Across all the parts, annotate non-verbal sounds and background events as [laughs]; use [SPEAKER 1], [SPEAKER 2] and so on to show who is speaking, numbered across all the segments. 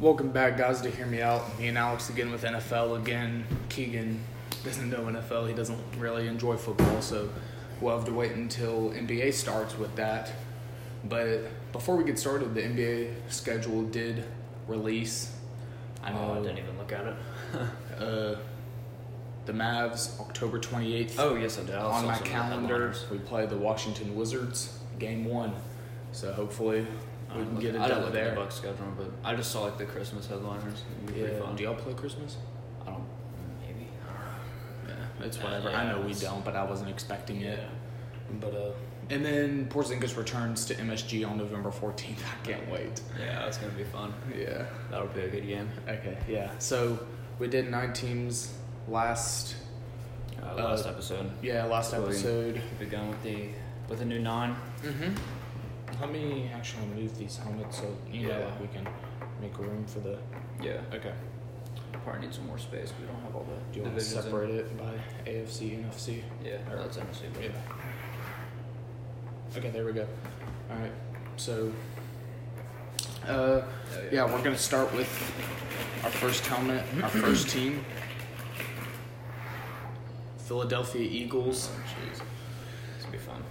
[SPEAKER 1] Welcome back, guys, to Hear Me Out. Me and Alex again with NFL again. Keegan doesn't know NFL. He doesn't really enjoy football, so we'll have to wait until NBA starts with that. But before we get started, the NBA schedule did release. I
[SPEAKER 2] Oh, I
[SPEAKER 1] know
[SPEAKER 2] didn't even look at it.
[SPEAKER 1] uh, the Mavs, October 28th.
[SPEAKER 2] Oh, yes, I did. I
[SPEAKER 1] on
[SPEAKER 2] saw
[SPEAKER 1] my
[SPEAKER 2] some of the
[SPEAKER 1] calendar,
[SPEAKER 2] headliners.
[SPEAKER 1] we play the Washington Wizards, game one. So hopefully we
[SPEAKER 2] I didn't
[SPEAKER 1] can
[SPEAKER 2] look-
[SPEAKER 1] get it
[SPEAKER 2] I didn't
[SPEAKER 1] done
[SPEAKER 2] look at
[SPEAKER 1] there.
[SPEAKER 2] the Bucks schedule, but I just saw like the Christmas headliners. It'd be pretty
[SPEAKER 1] Yeah.
[SPEAKER 2] fun.
[SPEAKER 1] Do y'all play Christmas?
[SPEAKER 2] I don't. Maybe.
[SPEAKER 1] Yeah, it's
[SPEAKER 2] Uh,
[SPEAKER 1] whatever.
[SPEAKER 2] yeah,
[SPEAKER 1] I know we
[SPEAKER 2] it's-
[SPEAKER 1] don't, but I wasn't expecting it.
[SPEAKER 2] Yeah.
[SPEAKER 1] But uh, and then Porzingis returns to MSG on November fourteenth. [laughs] I can't wait.
[SPEAKER 2] Yeah, it's gonna be fun.
[SPEAKER 1] Yeah.
[SPEAKER 2] That'll be a good game.
[SPEAKER 1] Okay. Yeah. So we did nine teams last.
[SPEAKER 2] Uh,
[SPEAKER 1] Uh,
[SPEAKER 2] last episode.
[SPEAKER 1] Yeah, last
[SPEAKER 2] Cool.
[SPEAKER 1] episode.
[SPEAKER 2] We began with the with a new nine.
[SPEAKER 1] Mm-hmm. Let me actually move these helmets so you know
[SPEAKER 2] Yeah.
[SPEAKER 1] like we can make room for the.
[SPEAKER 2] Yeah.
[SPEAKER 1] Okay.
[SPEAKER 2] Probably need some more space. 'cause We don't have all the.
[SPEAKER 1] Do you want to
[SPEAKER 2] divisions in.
[SPEAKER 1] separate it by AFC and NFC?
[SPEAKER 2] Yeah.
[SPEAKER 1] Or-
[SPEAKER 2] That's NFC.
[SPEAKER 1] Yeah. Okay, there we go. All right. So, uh,
[SPEAKER 2] yeah.
[SPEAKER 1] yeah, we're gonna start with our first helmet,
[SPEAKER 2] [clears throat]
[SPEAKER 1] our first team, Philadelphia Eagles.
[SPEAKER 2] Jeez. It's gonna be fun.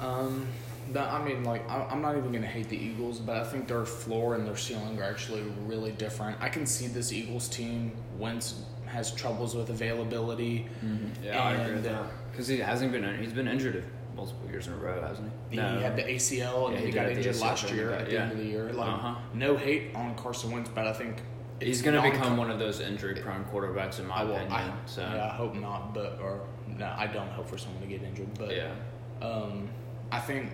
[SPEAKER 1] Um, that, I mean, like, I, I'm not even gonna hate the Eagles, but I think their floor and their ceiling are actually really different. I can see this Eagles team Wentz has troubles with availability.
[SPEAKER 2] Mm-hmm. Yeah, I agree with
[SPEAKER 1] And, uh,
[SPEAKER 2] that. Because he hasn't been he's been injured multiple years in a row, hasn't he?
[SPEAKER 1] He had the ACL and
[SPEAKER 2] Yeah,
[SPEAKER 1] he,
[SPEAKER 2] he did
[SPEAKER 1] got
[SPEAKER 2] have the
[SPEAKER 1] injured
[SPEAKER 2] ACL
[SPEAKER 1] last
[SPEAKER 2] thing,
[SPEAKER 1] year
[SPEAKER 2] yeah.
[SPEAKER 1] at the end of the year. Like,
[SPEAKER 2] Uh-huh.
[SPEAKER 1] no hate on Carson Wentz, but I think
[SPEAKER 2] He's
[SPEAKER 1] it's
[SPEAKER 2] going to
[SPEAKER 1] non-
[SPEAKER 2] become one of those injury-prone quarterbacks, in my
[SPEAKER 1] I, will,
[SPEAKER 2] opinion.
[SPEAKER 1] I,
[SPEAKER 2] so
[SPEAKER 1] yeah, I hope not, but or no, I don't hope for someone to get injured. But
[SPEAKER 2] yeah,
[SPEAKER 1] um, I think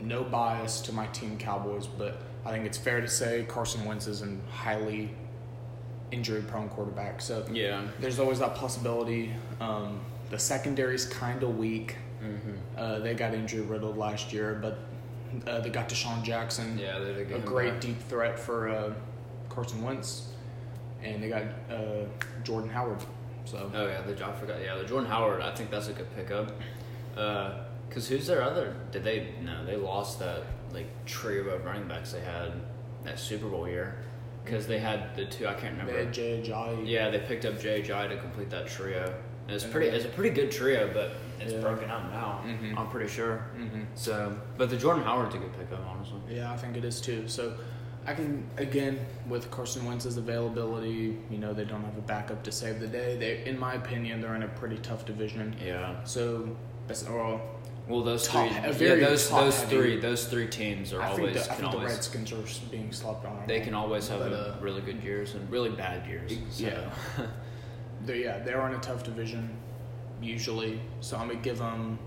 [SPEAKER 1] no bias to my team Cowboys, but I think it's fair to say Carson Wentz is a highly injury-prone quarterback. So
[SPEAKER 2] yeah,
[SPEAKER 1] there's always that possibility. Um, the secondary's kind of weak.
[SPEAKER 2] Mm-hmm.
[SPEAKER 1] Uh, they got injury riddled last year, but uh, they got Deshaun Jackson,
[SPEAKER 2] yeah. They're
[SPEAKER 1] a great deep threat for uh, Carson Wentz, and they got uh, Jordan Howard. So
[SPEAKER 2] Oh yeah, the I forgot. Yeah, the Jordan Howard. I think that's a good pickup. Uh, Cause who's their other? Did they? No, they lost that like trio of running backs they had that Super Bowl year. Cause they had the two. I can't remember.
[SPEAKER 1] they had Jay Ajayi.
[SPEAKER 2] Yeah, they picked up JJ to complete that trio. And it's pretty. It's a pretty good trio, but it's
[SPEAKER 1] Yeah.
[SPEAKER 2] broken up now.
[SPEAKER 1] Mhm.
[SPEAKER 2] I'm pretty sure.
[SPEAKER 1] Mhm.
[SPEAKER 2] So, but the Jordan Howard's a good pickup, honestly.
[SPEAKER 1] Yeah, I think it is too. So I can again with Carson Wentz's availability, you know they don't have a backup to save the day. They, in my opinion, they're in a pretty tough division.
[SPEAKER 2] Yeah.
[SPEAKER 1] So that's or
[SPEAKER 2] Well, those
[SPEAKER 1] Top-
[SPEAKER 2] three.
[SPEAKER 1] a
[SPEAKER 2] Yeah,
[SPEAKER 1] very
[SPEAKER 2] those
[SPEAKER 1] top
[SPEAKER 2] those
[SPEAKER 1] heavy-
[SPEAKER 2] three. Those three teams are
[SPEAKER 1] I think,
[SPEAKER 2] always
[SPEAKER 1] the, I
[SPEAKER 2] can
[SPEAKER 1] think the
[SPEAKER 2] always
[SPEAKER 1] Redskins are being slept on.
[SPEAKER 2] they can always have
[SPEAKER 1] But,
[SPEAKER 2] a
[SPEAKER 1] uh, e,
[SPEAKER 2] really good years and really bad years. So.
[SPEAKER 1] Yeah. They're, yeah, they're in a tough division usually. So I'm gonna give them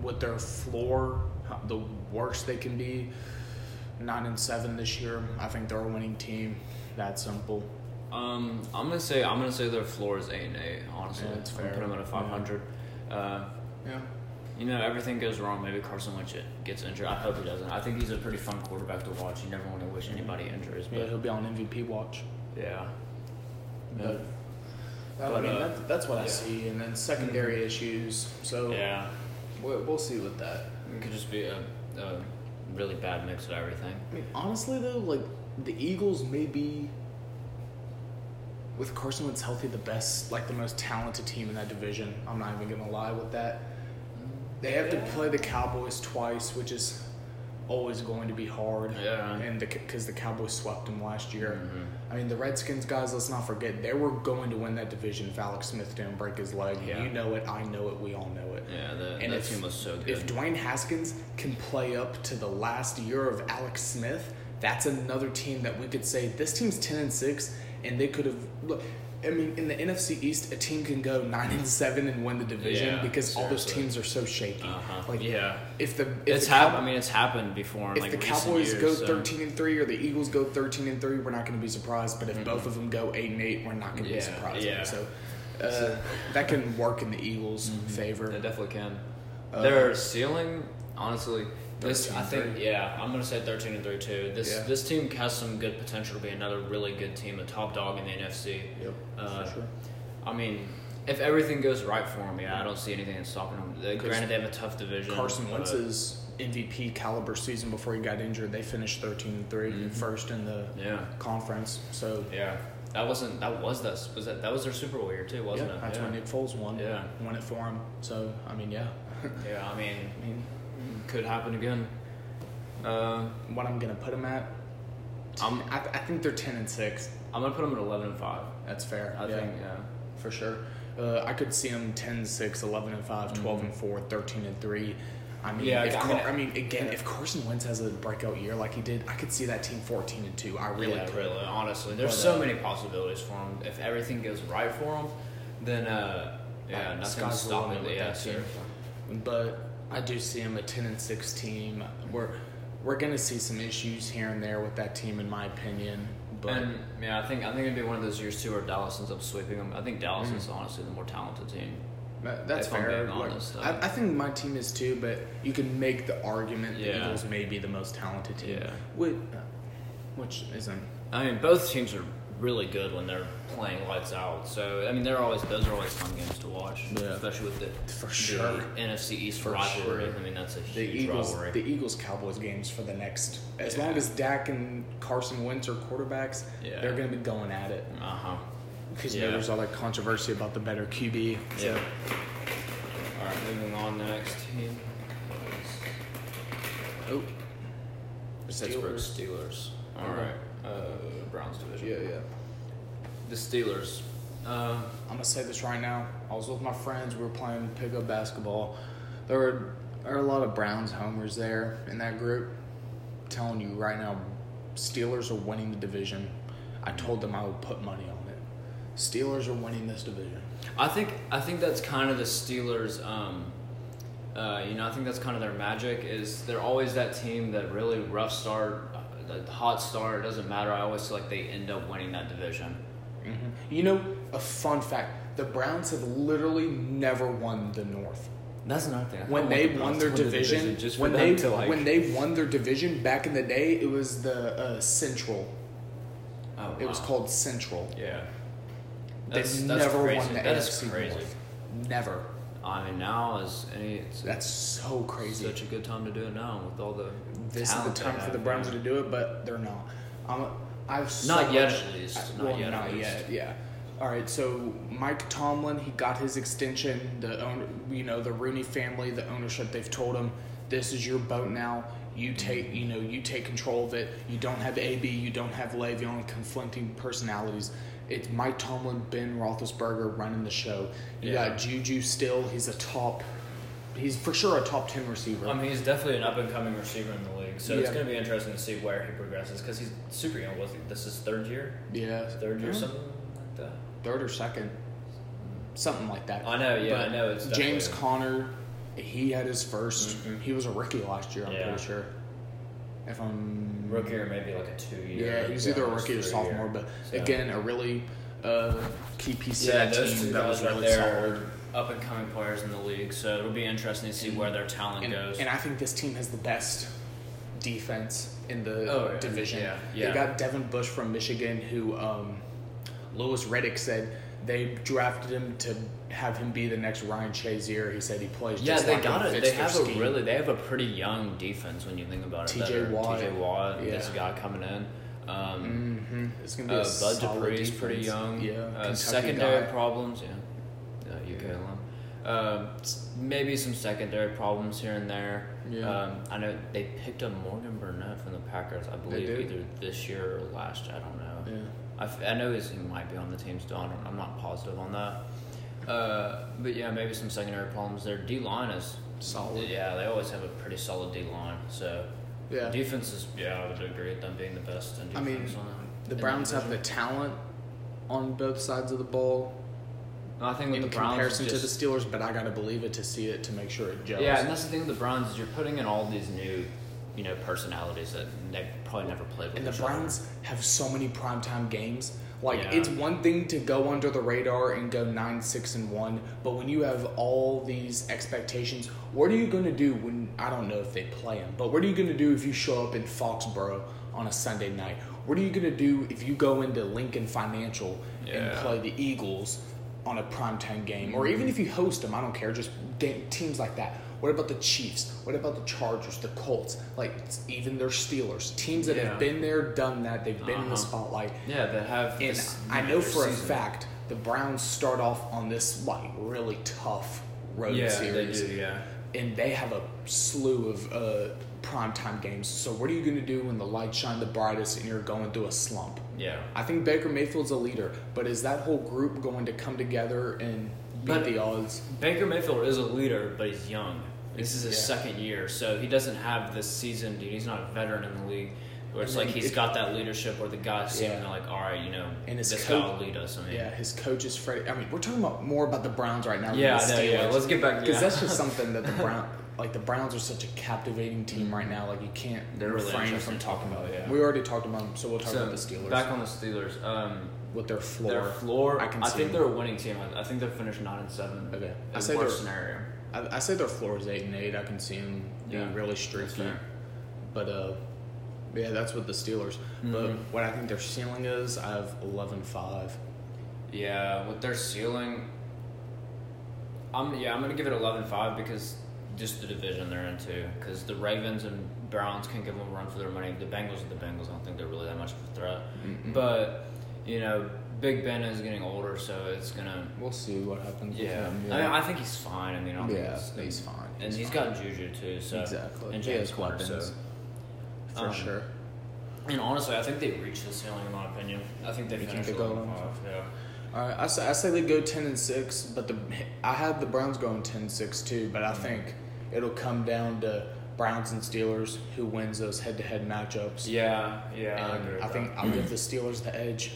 [SPEAKER 1] what their floor, how- the worst they can be. Nine and seven this year. I think they're a winning team. That simple.
[SPEAKER 2] [laughs] Um, I'm gonna say I'm gonna say their floor is eight and eight. Honestly,
[SPEAKER 1] Yeah, that's
[SPEAKER 2] I'm gonna
[SPEAKER 1] fair.
[SPEAKER 2] put them at a 500. Uh,
[SPEAKER 1] Yeah.
[SPEAKER 2] you know, everything goes wrong. Maybe Carson Wentz gets injured. I hope he doesn't. I think he's a pretty fun quarterback to watch. You never want to wish anybody injuries,
[SPEAKER 1] Yeah,
[SPEAKER 2] but
[SPEAKER 1] he'll be on MVP watch.
[SPEAKER 2] yeah,
[SPEAKER 1] But,
[SPEAKER 2] But,
[SPEAKER 1] I mean,
[SPEAKER 2] uh,
[SPEAKER 1] that, that's what I
[SPEAKER 2] yeah.
[SPEAKER 1] see. And then secondary issues. So
[SPEAKER 2] yeah.
[SPEAKER 1] we'll, we'll see with that.
[SPEAKER 2] It could just be a, a really bad mix of everything.
[SPEAKER 1] I mean, honestly, though, like the Eagles may be, with Carson Wentz healthy, the best, like the most talented team in that division. I'm not even gonna lie with that. They have to play the Cowboys twice, which is always going to be hard.
[SPEAKER 2] Yeah.
[SPEAKER 1] And because the, Cowboys swept them last year.
[SPEAKER 2] Mhm.
[SPEAKER 1] I mean, the Redskins guys. Let's not forget they were going to win that division if Alex Smith didn't break his leg.
[SPEAKER 2] Yeah.
[SPEAKER 1] You know it. I know it. We all know it.
[SPEAKER 2] Yeah, that,
[SPEAKER 1] And
[SPEAKER 2] that
[SPEAKER 1] if-
[SPEAKER 2] team was so good.
[SPEAKER 1] If Dwayne Haskins can play up to the last year of Alex Smith, that's another team that we could say this team's ten and six, and they could have. Look, I mean, in the NFC East, a team can go nine and seven and win the division
[SPEAKER 2] Yeah,
[SPEAKER 1] because all those
[SPEAKER 2] seriously.
[SPEAKER 1] teams are so shaky.
[SPEAKER 2] Uh-huh.
[SPEAKER 1] Like,
[SPEAKER 2] yeah,
[SPEAKER 1] if the if
[SPEAKER 2] it's
[SPEAKER 1] the Cow-
[SPEAKER 2] happened. I mean, it's happened before. In,
[SPEAKER 1] if
[SPEAKER 2] like
[SPEAKER 1] the
[SPEAKER 2] recent
[SPEAKER 1] Cowboys
[SPEAKER 2] years,
[SPEAKER 1] go
[SPEAKER 2] so-
[SPEAKER 1] thirteen and three or the Eagles go thirteen and three, we're not going to be surprised. But if both of them go eight and eight, we're not going to
[SPEAKER 2] Mm-hmm. Yeah,
[SPEAKER 1] be surprised.
[SPEAKER 2] yeah.
[SPEAKER 1] So. Uh, that can work in the Eagles'
[SPEAKER 2] Mm-hmm.
[SPEAKER 1] favor.
[SPEAKER 2] they definitely can.
[SPEAKER 1] Uh,
[SPEAKER 2] Their ceiling, honestly, this
[SPEAKER 1] 13
[SPEAKER 2] I
[SPEAKER 1] and
[SPEAKER 2] think.
[SPEAKER 1] three.
[SPEAKER 2] Yeah, I'm gonna say 13 and 3 too. This
[SPEAKER 1] Yeah.
[SPEAKER 2] this team has some good potential to be another really good team, a top dog in the NFC.
[SPEAKER 1] Yep,
[SPEAKER 2] Uh,
[SPEAKER 1] for sure.
[SPEAKER 2] I mean, if everything goes right for them, yeah, I don't see anything that's stopping them. They- Granted, they have a tough division.
[SPEAKER 1] Carson
[SPEAKER 2] but-
[SPEAKER 1] Wentz is MVP caliber season before he got injured. They finished 13 and 3,
[SPEAKER 2] Mhm.
[SPEAKER 1] first in the
[SPEAKER 2] Yeah.
[SPEAKER 1] conference. So
[SPEAKER 2] Yeah. That wasn't. That was that. Was that? That was their Super Bowl year too, wasn't
[SPEAKER 1] yeah,
[SPEAKER 2] it?
[SPEAKER 1] that's
[SPEAKER 2] yeah.
[SPEAKER 1] when Nick Foles won.
[SPEAKER 2] Yeah.
[SPEAKER 1] Won it for him. So, I mean, yeah.
[SPEAKER 2] Yeah. I mean,
[SPEAKER 1] I mean,
[SPEAKER 2] could happen again. Uh,
[SPEAKER 1] what I'm going to put him at,
[SPEAKER 2] I'm.
[SPEAKER 1] I, I think they're 10 and 6.
[SPEAKER 2] I'm gonna put them at eleven and five.
[SPEAKER 1] That's fair.
[SPEAKER 2] I
[SPEAKER 1] yeah,
[SPEAKER 2] think. Yeah.
[SPEAKER 1] for sure. Uh, I could see him 10 6, 11 and 5, 12 and 4, 13 and 3. I mean,
[SPEAKER 2] Mm-hmm. Yeah,
[SPEAKER 1] if
[SPEAKER 2] I'm
[SPEAKER 1] Car-
[SPEAKER 2] gonna-
[SPEAKER 1] I mean, again,
[SPEAKER 2] yeah.
[SPEAKER 1] if Carson Wentz has a breakout year like he did, I could see that team 14 and 2. I really
[SPEAKER 2] yeah,
[SPEAKER 1] could.
[SPEAKER 2] really. Honestly, there's
[SPEAKER 1] But,
[SPEAKER 2] so
[SPEAKER 1] uh,
[SPEAKER 2] many possibilities for them. If everything goes right for them, then uh, yeah,
[SPEAKER 1] Uh,
[SPEAKER 2] nothing's
[SPEAKER 1] sky's the limit
[SPEAKER 2] stopping.
[SPEAKER 1] with
[SPEAKER 2] Yeah,
[SPEAKER 1] that
[SPEAKER 2] sure.
[SPEAKER 1] team. But I do see him a ten and six team. We're we're gonna see some issues here and there with that team, in my opinion. But
[SPEAKER 2] and yeah, I think I think it'd be one of those years too where Dallas ends up sweeping them. I think Dallas is honestly the more talented team.
[SPEAKER 1] that- that's
[SPEAKER 2] if I'm
[SPEAKER 1] fair.
[SPEAKER 2] being
[SPEAKER 1] Like,
[SPEAKER 2] honest,
[SPEAKER 1] I,
[SPEAKER 2] uh,
[SPEAKER 1] I think my team is too. But you can make the argument the
[SPEAKER 2] Yeah.
[SPEAKER 1] Eagles may be the most talented team.
[SPEAKER 2] Yeah.
[SPEAKER 1] Which, which isn't.
[SPEAKER 2] I mean, both teams are really good when they're playing lights out. So I mean, they're always those are always fun games to watch,
[SPEAKER 1] Yeah.
[SPEAKER 2] especially with the
[SPEAKER 1] For
[SPEAKER 2] the
[SPEAKER 1] sure.
[SPEAKER 2] NFC East
[SPEAKER 1] For
[SPEAKER 2] rivalry.
[SPEAKER 1] sure.
[SPEAKER 2] I mean, that's a huge
[SPEAKER 1] The Eagles,
[SPEAKER 2] rivalry.
[SPEAKER 1] the Eagles Cowboys games for the next, as
[SPEAKER 2] Yeah.
[SPEAKER 1] long as Dak and Carson Wentz are quarterbacks,
[SPEAKER 2] Yeah.
[SPEAKER 1] they're going to be going at it.
[SPEAKER 2] uh huh.
[SPEAKER 1] Because
[SPEAKER 2] Yeah.
[SPEAKER 1] you know, there's all that controversy about the better QB. so-
[SPEAKER 2] Yeah. All right, moving on. The next team is
[SPEAKER 1] Oh.
[SPEAKER 2] Pittsburgh Steelers. All right, uh, Browns division. The Steelers. Uh,
[SPEAKER 1] I'm gonna say this right now. I was with my friends. We were playing pickup basketball. There were there are a lot of Browns homers there in that group. I'm telling you right now, Steelers are winning the division. I told them I would put money on it. Steelers are winning this division.
[SPEAKER 2] I think I think that's kind of the Steelers. Um, uh, you know, I think that's kind of their magic. Is they're always that team that really rough start, uh, the hot start. It doesn't matter. I always feel like they end up winning that division.
[SPEAKER 1] You know, a fun fact: the Browns have literally never won the North.
[SPEAKER 2] That's another thing. I
[SPEAKER 1] when
[SPEAKER 2] kinda
[SPEAKER 1] they
[SPEAKER 2] want the
[SPEAKER 1] won
[SPEAKER 2] Browns
[SPEAKER 1] their
[SPEAKER 2] to win the
[SPEAKER 1] division,
[SPEAKER 2] just for
[SPEAKER 1] when
[SPEAKER 2] them
[SPEAKER 1] they
[SPEAKER 2] to like.
[SPEAKER 1] when they won their division back in the day, it was the uh, Central.
[SPEAKER 2] oh,
[SPEAKER 1] It was
[SPEAKER 2] wow.
[SPEAKER 1] called Central.
[SPEAKER 2] Yeah.
[SPEAKER 1] They've
[SPEAKER 2] That's- that's
[SPEAKER 1] never
[SPEAKER 2] crazy.
[SPEAKER 1] won the
[SPEAKER 2] That is
[SPEAKER 1] AFC
[SPEAKER 2] crazy.
[SPEAKER 1] North. Never.
[SPEAKER 2] I mean, now is any. It's,
[SPEAKER 1] That's so crazy.
[SPEAKER 2] Such a good time to do it now with all the.
[SPEAKER 1] this is the
[SPEAKER 2] talent they
[SPEAKER 1] time for
[SPEAKER 2] have,
[SPEAKER 1] the Browns
[SPEAKER 2] yeah.
[SPEAKER 1] to do it, but they're not. I'm, I've so
[SPEAKER 2] Not yet,
[SPEAKER 1] much-
[SPEAKER 2] at least.
[SPEAKER 1] I-
[SPEAKER 2] Not
[SPEAKER 1] well,
[SPEAKER 2] yet, at
[SPEAKER 1] Not
[SPEAKER 2] least.
[SPEAKER 1] yet. Yeah. All right. So Mike Tomlin, he got his extension. The owner, you know, the Rooney family, the ownership, they've told him, this is your boat now. You take, you know, you take control of it. You don't have AB. You don't have Le'Veon. Conflicting personalities. It's Mike Tomlin, Ben Roethlisberger running the show. You
[SPEAKER 2] Yeah.
[SPEAKER 1] got Juju still. He's a top. He's for sure a top ten receiver.
[SPEAKER 3] I mean, he's definitely an up and coming receiver in the league, so it's
[SPEAKER 1] Yeah.
[SPEAKER 3] going to be interesting to see where he progresses because he's super young. Was he? This is third year,
[SPEAKER 1] yeah.
[SPEAKER 3] third year,
[SPEAKER 1] Mhm.
[SPEAKER 3] something like
[SPEAKER 2] Mm-hmm.
[SPEAKER 3] that.
[SPEAKER 1] third or second, something like that.
[SPEAKER 3] I know, yeah, I know. It's
[SPEAKER 1] But James
[SPEAKER 3] definitely-
[SPEAKER 1] Conner, he had his 1st He was a rookie last year. I'm
[SPEAKER 3] Yeah.
[SPEAKER 1] pretty sure. If I'm
[SPEAKER 3] rookie or maybe like a two year.
[SPEAKER 1] yeah, he was either a rookie or sophomore. But again, a really uh, key piece
[SPEAKER 2] Yeah,
[SPEAKER 1] to that
[SPEAKER 2] those
[SPEAKER 1] team
[SPEAKER 2] two
[SPEAKER 1] that
[SPEAKER 2] guys
[SPEAKER 1] was
[SPEAKER 2] right
[SPEAKER 1] really
[SPEAKER 2] there
[SPEAKER 1] solid.
[SPEAKER 2] are up and coming players in the league, so it'll be interesting to see where their talent
[SPEAKER 1] And,
[SPEAKER 2] goes.
[SPEAKER 1] and I think this team has the best defense in the
[SPEAKER 2] Oh, yeah.
[SPEAKER 1] division.
[SPEAKER 2] Yeah, yeah.
[SPEAKER 1] They got Devin Bush from Michigan, who um, Lewis Reddick said they drafted him to have him be the next Ryan Chazier. He said he plays.
[SPEAKER 2] yeah,
[SPEAKER 1] just
[SPEAKER 2] they
[SPEAKER 1] like
[SPEAKER 2] got
[SPEAKER 1] him,
[SPEAKER 2] it.
[SPEAKER 1] fits
[SPEAKER 2] They
[SPEAKER 1] their
[SPEAKER 2] have a
[SPEAKER 1] scheme.
[SPEAKER 2] really they have a pretty young defense when you think about it.
[SPEAKER 1] TJ
[SPEAKER 2] that are-
[SPEAKER 1] Watt.
[SPEAKER 2] TJ Watt, this
[SPEAKER 1] Yeah.
[SPEAKER 2] guy coming in. Um,
[SPEAKER 1] Mhm. It's gonna be a
[SPEAKER 2] uh, Bud
[SPEAKER 1] solid
[SPEAKER 2] Dupree's
[SPEAKER 1] defense.
[SPEAKER 2] pretty young.
[SPEAKER 1] Yeah,
[SPEAKER 2] uh,
[SPEAKER 1] Kentucky
[SPEAKER 2] secondary
[SPEAKER 1] guy.
[SPEAKER 2] problems. Yeah, yeah, UK alum. Uh, s- maybe some secondary problems here and there.
[SPEAKER 1] Yeah.
[SPEAKER 2] Um, I know they picked up Morgan Burnett from the Packers, I believe,
[SPEAKER 1] did.
[SPEAKER 2] either this year or last. year, I don't know.
[SPEAKER 1] Yeah.
[SPEAKER 2] I, f- I know he's, he might be on the team still. I don't, I'm not positive on that. Uh, but yeah, maybe some secondary problems there. D line is
[SPEAKER 1] Solid.
[SPEAKER 2] Yeah, they always have a pretty solid D line. So
[SPEAKER 1] Yeah.
[SPEAKER 2] defense is yeah, I would agree with them being the best. In defense
[SPEAKER 1] I mean,
[SPEAKER 2] on
[SPEAKER 1] The
[SPEAKER 2] in
[SPEAKER 1] Browns have the
[SPEAKER 2] division.
[SPEAKER 1] talent on both sides of the ball
[SPEAKER 2] No, I think with
[SPEAKER 1] in
[SPEAKER 2] the Browns
[SPEAKER 1] comparison
[SPEAKER 2] just,
[SPEAKER 1] to the Steelers, but I gotta believe it to see it to make sure it gels.
[SPEAKER 2] Yeah, and that's the thing with the Browns is you're putting in all these new, you know, personalities that they've probably never played with.
[SPEAKER 1] And the
[SPEAKER 2] each other.
[SPEAKER 1] Browns have so many primetime games. Like
[SPEAKER 2] Yeah.
[SPEAKER 1] it's one thing to go under the radar and go nine, six, and one, but when you have all these expectations, what are you going to do when I don't know if they play them, but what are you going to do if you show up in Foxborough on a Sunday night? What are you going to do if you go into Lincoln Financial and
[SPEAKER 2] Yeah.
[SPEAKER 1] play the Eagles on a primetime game, or even if you host them? I don't care, just game, teams like that. What about the Chiefs? What about the Chargers, the Colts? Like it's even their Steelers, teams that
[SPEAKER 2] Yeah.
[SPEAKER 1] have been there, done that. They've been in
[SPEAKER 2] Uh-huh.
[SPEAKER 1] the spotlight.
[SPEAKER 2] Yeah, that have.
[SPEAKER 1] And
[SPEAKER 2] this-
[SPEAKER 1] I know
[SPEAKER 2] their
[SPEAKER 1] for a
[SPEAKER 2] season.
[SPEAKER 1] fact the Browns start off on this like really tough road
[SPEAKER 2] Yeah,
[SPEAKER 1] series,
[SPEAKER 2] they do. Yeah.
[SPEAKER 1] and they have a slew of uh, primetime games. So what are you going to do when the lights shine the brightest and you're going through a slump?
[SPEAKER 2] Yeah.
[SPEAKER 1] I think Baker Mayfield's a leader, but is that whole group going to come together and beat
[SPEAKER 2] But-
[SPEAKER 1] the odds?
[SPEAKER 2] Baker Mayfield is a leader, but he's young. This is his
[SPEAKER 1] Yeah.
[SPEAKER 2] second year, so he doesn't have this season, dude. He's not a veteran in the league. Where it's
[SPEAKER 1] And
[SPEAKER 2] like
[SPEAKER 1] then
[SPEAKER 2] he's
[SPEAKER 1] if-
[SPEAKER 2] got that leadership where the guys see him
[SPEAKER 1] Yeah.
[SPEAKER 2] and they're like, all right, you know,
[SPEAKER 1] And his
[SPEAKER 2] this
[SPEAKER 1] coach-
[SPEAKER 2] guy will lead us. I mean,
[SPEAKER 1] Yeah, his coach is Freddie. I mean, we're talking about more about the Browns right now.
[SPEAKER 2] yeah,
[SPEAKER 1] than the
[SPEAKER 2] I know, yeah.
[SPEAKER 1] Steelers.
[SPEAKER 2] Let's get back to
[SPEAKER 1] Because that's
[SPEAKER 2] [laughs]
[SPEAKER 1] just something that the Brown, like the Browns, are such a captivating team right now. Like you can't
[SPEAKER 2] They're really
[SPEAKER 1] refrain
[SPEAKER 2] interesting
[SPEAKER 1] from
[SPEAKER 2] to
[SPEAKER 1] talking about.
[SPEAKER 2] talk about, yeah.
[SPEAKER 1] We already talked about them, so we'll talk
[SPEAKER 2] so
[SPEAKER 1] about the Steelers
[SPEAKER 2] back on the Steelers. Um,
[SPEAKER 1] with their floor.
[SPEAKER 2] their floor. I,
[SPEAKER 1] I can see
[SPEAKER 2] think
[SPEAKER 1] them.
[SPEAKER 2] they're a winning team. I, I think they're finished nine and seven.
[SPEAKER 1] Okay. I
[SPEAKER 2] I
[SPEAKER 1] say
[SPEAKER 2] worst
[SPEAKER 1] they're-
[SPEAKER 2] scenario.
[SPEAKER 1] I, I say their floor is eight and eight. I can see them
[SPEAKER 2] Yeah,
[SPEAKER 1] being really streaky,
[SPEAKER 2] fair.
[SPEAKER 1] but uh, yeah, that's with the Steelers. But
[SPEAKER 2] Mm-hmm.
[SPEAKER 1] what I think their ceiling is, I have eleven five.
[SPEAKER 2] Yeah, with their ceiling, I'm yeah I'm gonna give it 11-5 because just the division they're into. Because the Ravens and Browns can give them a run for their money. The Bengals are the Bengals. I don't think they're really that much of a threat. But you know, Big Ben is getting older, so it's gonna.
[SPEAKER 1] We'll see what happens.
[SPEAKER 2] Yeah,
[SPEAKER 1] with them.
[SPEAKER 2] I mean, I think he's fine. I mean, I don't
[SPEAKER 1] Yeah,
[SPEAKER 2] think
[SPEAKER 1] he's fine.
[SPEAKER 2] and
[SPEAKER 1] He's
[SPEAKER 2] he's got Juju too. So
[SPEAKER 1] Exactly.
[SPEAKER 2] and
[SPEAKER 1] He
[SPEAKER 2] James
[SPEAKER 1] has
[SPEAKER 2] Conner, so-
[SPEAKER 1] weapons. for
[SPEAKER 2] um,
[SPEAKER 1] sure.
[SPEAKER 2] And honestly, I think they reached the ceiling in my opinion. I think they
[SPEAKER 1] You think
[SPEAKER 2] finished
[SPEAKER 1] they go
[SPEAKER 2] 11-5. Yeah.
[SPEAKER 1] All right, I say, I say they go ten and six, but the I had the Browns going 10-6 too, but
[SPEAKER 2] Mm-hmm.
[SPEAKER 1] I think it'll come down to Browns and Steelers who wins those head to head matchups.
[SPEAKER 2] Yeah, yeah. I, agree
[SPEAKER 1] and
[SPEAKER 2] with
[SPEAKER 1] I, think
[SPEAKER 2] that.
[SPEAKER 1] I'll give the Steelers the edge.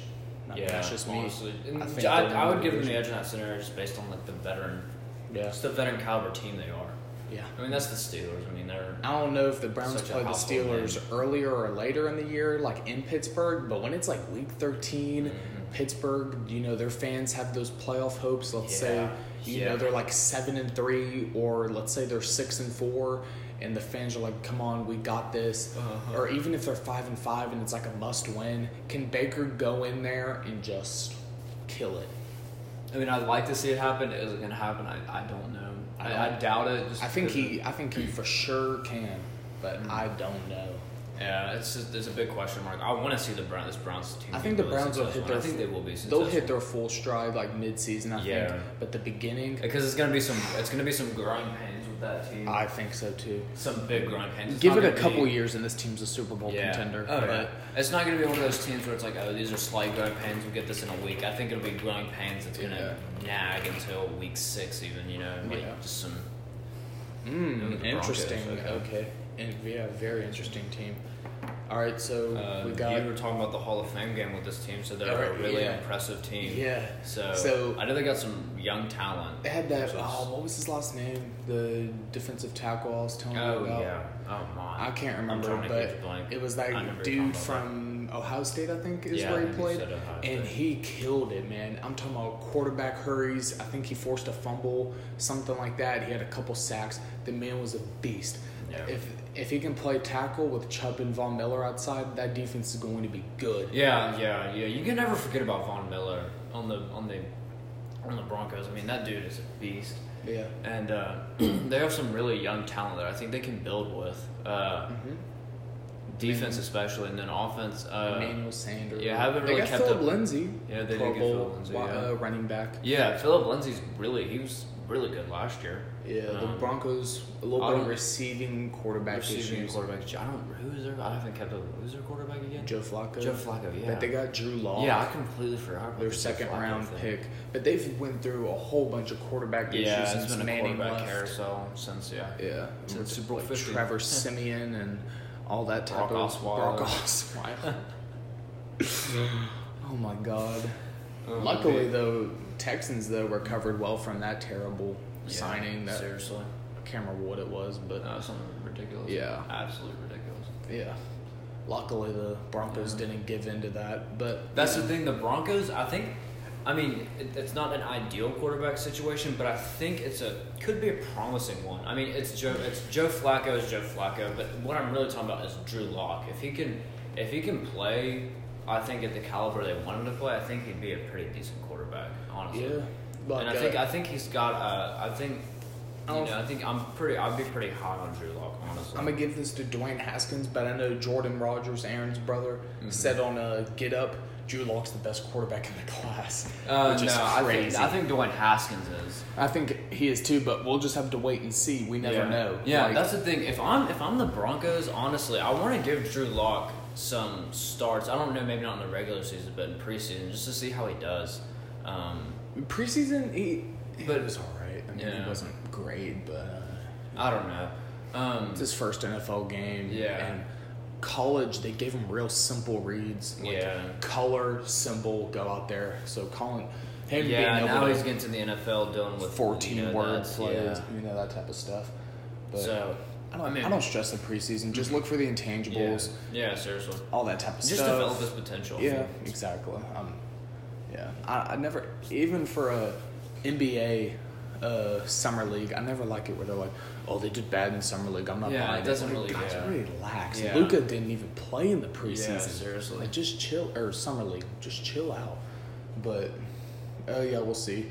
[SPEAKER 1] Not-
[SPEAKER 2] yeah,
[SPEAKER 1] that's just me.
[SPEAKER 2] Honestly, And
[SPEAKER 1] I
[SPEAKER 2] I,
[SPEAKER 1] think
[SPEAKER 2] I,
[SPEAKER 1] they'll win
[SPEAKER 2] would
[SPEAKER 1] the
[SPEAKER 2] give them the
[SPEAKER 1] division.
[SPEAKER 2] edge in that scenario just based on like the veteran,
[SPEAKER 1] Yeah,
[SPEAKER 2] just the veteran caliber team they are.
[SPEAKER 1] yeah.
[SPEAKER 2] I mean, that's the Steelers. I mean, they're
[SPEAKER 1] I don't know if the Browns
[SPEAKER 2] Such a
[SPEAKER 1] play the
[SPEAKER 2] household
[SPEAKER 1] Steelers earlier or later in the year, like in Pittsburgh, but when it's like week 13,
[SPEAKER 2] Mm-hmm.
[SPEAKER 1] Pittsburgh, you know, their fans have those playoff hopes. Let's
[SPEAKER 2] Yeah.
[SPEAKER 1] say, you
[SPEAKER 2] Yeah.
[SPEAKER 1] know, they're like 7 and 3, or let's say they're 6 and 4, and the fans are like, come on, we got this.
[SPEAKER 2] Uh-huh.
[SPEAKER 1] Or even if they're 5 and 5 and it's like a must win, can Baker go in there and just kill it?
[SPEAKER 2] I mean, I'd like to see it happen. Is it gonna happen? I, I don't know. I,
[SPEAKER 1] I
[SPEAKER 2] I,
[SPEAKER 1] don't-
[SPEAKER 2] doubt it. Just
[SPEAKER 1] I think
[SPEAKER 2] because-
[SPEAKER 1] he, I think he for sure can, but I don't know.
[SPEAKER 2] Yeah, it's just it's a big question mark. I want to see the Browns. This Browns team.
[SPEAKER 1] I
[SPEAKER 2] be
[SPEAKER 1] think the
[SPEAKER 2] really
[SPEAKER 1] Browns will
[SPEAKER 2] successful,
[SPEAKER 1] hit
[SPEAKER 2] and
[SPEAKER 1] their.
[SPEAKER 2] I think they will be.
[SPEAKER 1] They'll hit
[SPEAKER 2] successful.
[SPEAKER 1] their full stride like mid-season. I
[SPEAKER 2] Yeah.
[SPEAKER 1] think, but the beginning,
[SPEAKER 2] because it's gonna be some. It's gonna be some growing pains with that team.
[SPEAKER 1] I think so too.
[SPEAKER 2] some big growing pains. It's
[SPEAKER 1] Give
[SPEAKER 2] not
[SPEAKER 1] it a
[SPEAKER 2] gonna
[SPEAKER 1] couple
[SPEAKER 2] be-
[SPEAKER 1] years, and this team's a Super Bowl
[SPEAKER 2] Yeah.
[SPEAKER 1] contender.
[SPEAKER 2] Oh,
[SPEAKER 1] but
[SPEAKER 2] yeah. It's not going to be one of those teams where it's like, oh, these are slight growing pains. We'll get this in a week. I think it'll be growing pains that's going to nag until week six, even, you know? Like,
[SPEAKER 1] Yeah.
[SPEAKER 2] just some. It was
[SPEAKER 1] Mm,
[SPEAKER 2] the Broncos,
[SPEAKER 1] interesting.
[SPEAKER 2] okay.
[SPEAKER 1] okay. and yeah, very interesting team. All right, so
[SPEAKER 2] Uh,
[SPEAKER 1] we got
[SPEAKER 2] you were talking about the Hall of Fame game with this team, so they're a
[SPEAKER 1] Alright,
[SPEAKER 2] really
[SPEAKER 1] Oh, yeah.
[SPEAKER 2] impressive team.
[SPEAKER 1] yeah.
[SPEAKER 2] So,
[SPEAKER 1] So-
[SPEAKER 2] I know they got some young talent.
[SPEAKER 1] They had that.
[SPEAKER 2] So it's-
[SPEAKER 1] Oh, what was his last name? The defensive tackle I was telling you
[SPEAKER 2] oh,
[SPEAKER 1] about.
[SPEAKER 2] yeah. Oh, my.
[SPEAKER 1] I can't
[SPEAKER 2] I'm
[SPEAKER 1] remember,
[SPEAKER 2] trying to catch a blank.
[SPEAKER 1] but it was
[SPEAKER 2] I
[SPEAKER 1] that
[SPEAKER 2] remember
[SPEAKER 1] dude
[SPEAKER 2] Tom
[SPEAKER 1] from Ohio State, I think, is
[SPEAKER 2] Yeah, I
[SPEAKER 1] where he
[SPEAKER 2] think he
[SPEAKER 1] played,
[SPEAKER 2] said Ohio
[SPEAKER 1] and
[SPEAKER 2] State.
[SPEAKER 1] he killed it, man. I'm talking about quarterback hurries. I think he forced a fumble, something like that. He had a couple sacks. The man was a beast.
[SPEAKER 2] Yeah.
[SPEAKER 1] If if he can play tackle with Chubb and Von Miller outside, that defense is going to be good.
[SPEAKER 2] Yeah, yeah, yeah. You can never forget about Von Miller on the on the on the Broncos. I mean, that dude is a beast.
[SPEAKER 1] Yeah.
[SPEAKER 2] and uh, [clears throat] they have some really young talent that I think they can build with. Uh,
[SPEAKER 1] Mm-hmm.
[SPEAKER 2] Defense, especially, and then offense. Uh,
[SPEAKER 1] Emmanuel Sanders.
[SPEAKER 2] yeah, I haven't
[SPEAKER 1] they
[SPEAKER 2] really
[SPEAKER 1] got
[SPEAKER 2] kept
[SPEAKER 1] Philip
[SPEAKER 2] up-
[SPEAKER 1] Lindsay.
[SPEAKER 2] Yeah, they did
[SPEAKER 1] Pro
[SPEAKER 2] get
[SPEAKER 1] Bowl,
[SPEAKER 2] Phillip Lindsay,
[SPEAKER 1] wi-
[SPEAKER 2] yeah.
[SPEAKER 1] uh, running back.
[SPEAKER 2] yeah, Philip Lindsay's really he was really good last year.
[SPEAKER 1] Yeah, the
[SPEAKER 2] Um,
[SPEAKER 1] Broncos a little
[SPEAKER 2] I
[SPEAKER 1] bit of
[SPEAKER 2] don't-
[SPEAKER 1] receiving quarterback
[SPEAKER 2] receiving
[SPEAKER 1] issues.
[SPEAKER 2] quarterback. I don't who's their I haven't kept up. Who's their quarterback again?
[SPEAKER 1] Joe Flacco.
[SPEAKER 2] Joe Flacco. Yeah,
[SPEAKER 1] But they got Drew Law.
[SPEAKER 2] yeah. I completely forgot about
[SPEAKER 1] their
[SPEAKER 2] the Joe
[SPEAKER 1] second
[SPEAKER 2] Flacco
[SPEAKER 1] round
[SPEAKER 2] thing.
[SPEAKER 1] pick. But they've went through a whole bunch of quarterback
[SPEAKER 2] Yeah,
[SPEAKER 1] issues
[SPEAKER 2] it's
[SPEAKER 1] since
[SPEAKER 2] been a
[SPEAKER 1] Manning
[SPEAKER 2] quarterback
[SPEAKER 1] left.
[SPEAKER 2] carousel since yeah.
[SPEAKER 1] Yeah,
[SPEAKER 2] Since
[SPEAKER 1] with
[SPEAKER 2] Super Bowl
[SPEAKER 1] like
[SPEAKER 2] 50.
[SPEAKER 1] Trevor Simeon and all that type
[SPEAKER 2] Brock
[SPEAKER 1] of
[SPEAKER 2] Osweiler.
[SPEAKER 1] Brock Osweiler.
[SPEAKER 2] [laughs]
[SPEAKER 1] oh my God!
[SPEAKER 2] Oh,
[SPEAKER 1] Luckily,
[SPEAKER 2] man.
[SPEAKER 1] though, Texans though recovered well from that terrible
[SPEAKER 2] Yeah,
[SPEAKER 1] signing. That
[SPEAKER 2] seriously,
[SPEAKER 1] I can't remember what it was, but
[SPEAKER 2] no, something ridiculous.
[SPEAKER 1] Yeah.
[SPEAKER 2] absolutely ridiculous.
[SPEAKER 1] yeah. Luckily, the Broncos didn't give in to that. But
[SPEAKER 2] That's the thing. The Broncos, I think. I mean, it, it's not an ideal quarterback situation, but I think it's a could be a promising one. I mean, it's Joe. It's Joe Flacco is Joe Flacco, but what I'm really talking about is Drew Lock. If he can, if he can play, I think at the caliber they want him to play, I think he'd be a pretty decent quarterback, honestly.
[SPEAKER 1] Yeah, but,
[SPEAKER 2] and I
[SPEAKER 1] uh,
[SPEAKER 2] think I think he's got. Uh, I think
[SPEAKER 1] I
[SPEAKER 2] You
[SPEAKER 1] don't
[SPEAKER 2] know, I think I'm pretty. I'd be pretty hot on Drew Lock, honestly.
[SPEAKER 1] I'm gonna give this to Dwayne Haskins, but I know Jordan Rogers, Aaron's brother,
[SPEAKER 2] Mm-hmm.
[SPEAKER 1] said on a Get Up, Drew Lock's the best quarterback in the class,
[SPEAKER 2] Uh,
[SPEAKER 1] which
[SPEAKER 2] no,
[SPEAKER 1] is crazy.
[SPEAKER 2] I think, I think Dwayne Haskins is.
[SPEAKER 1] I think he is too, but we'll just have to wait and see. We never
[SPEAKER 2] yeah.
[SPEAKER 1] know.
[SPEAKER 2] Yeah,
[SPEAKER 1] Like,
[SPEAKER 2] that's the thing. If I'm if I'm the Broncos, honestly, I want to give Drew Lock some starts. I don't know, maybe not in the regular season, but in preseason, just to see how he does. Um,
[SPEAKER 1] preseason. He, but
[SPEAKER 2] But-
[SPEAKER 1] it was all right. I mean,
[SPEAKER 2] Yeah.
[SPEAKER 1] it wasn't great, but uh,
[SPEAKER 2] I don't know. Um,
[SPEAKER 1] it's his first NFL game.
[SPEAKER 2] Yeah.
[SPEAKER 1] and college they gave him real simple reads. Like
[SPEAKER 2] Yeah.
[SPEAKER 1] color symbol go out there. So Colin, him
[SPEAKER 2] yeah,
[SPEAKER 1] being able
[SPEAKER 2] now
[SPEAKER 1] to
[SPEAKER 2] he's getting to the NFL dealing with
[SPEAKER 1] 14
[SPEAKER 2] you know,
[SPEAKER 1] word
[SPEAKER 2] that's-
[SPEAKER 1] plays,
[SPEAKER 2] yeah.
[SPEAKER 1] you know, that type of stuff. But
[SPEAKER 2] So
[SPEAKER 1] I, don't, I,
[SPEAKER 2] I mean-
[SPEAKER 1] don't stress the preseason. Just look for the
[SPEAKER 2] yeah,
[SPEAKER 1] intangibles,
[SPEAKER 2] yeah, seriously,
[SPEAKER 1] all that type of
[SPEAKER 2] just
[SPEAKER 1] stuff.
[SPEAKER 2] develop his potential.
[SPEAKER 1] Yeah, exactly. Um, yeah, I, I never even for a NBA uh, summer league. I never like it where they're like, "Oh, they did bad in summer league. I'm not
[SPEAKER 2] Yeah,
[SPEAKER 1] buying
[SPEAKER 2] it doesn't
[SPEAKER 1] Like,
[SPEAKER 2] really-
[SPEAKER 1] guys,
[SPEAKER 2] yeah.
[SPEAKER 1] relax.
[SPEAKER 2] Yeah.
[SPEAKER 1] Luca didn't even play in the
[SPEAKER 2] yeah,
[SPEAKER 1] preseason.
[SPEAKER 2] seriously.
[SPEAKER 1] Like just chill or summer league, just chill out. But oh yeah, we'll see.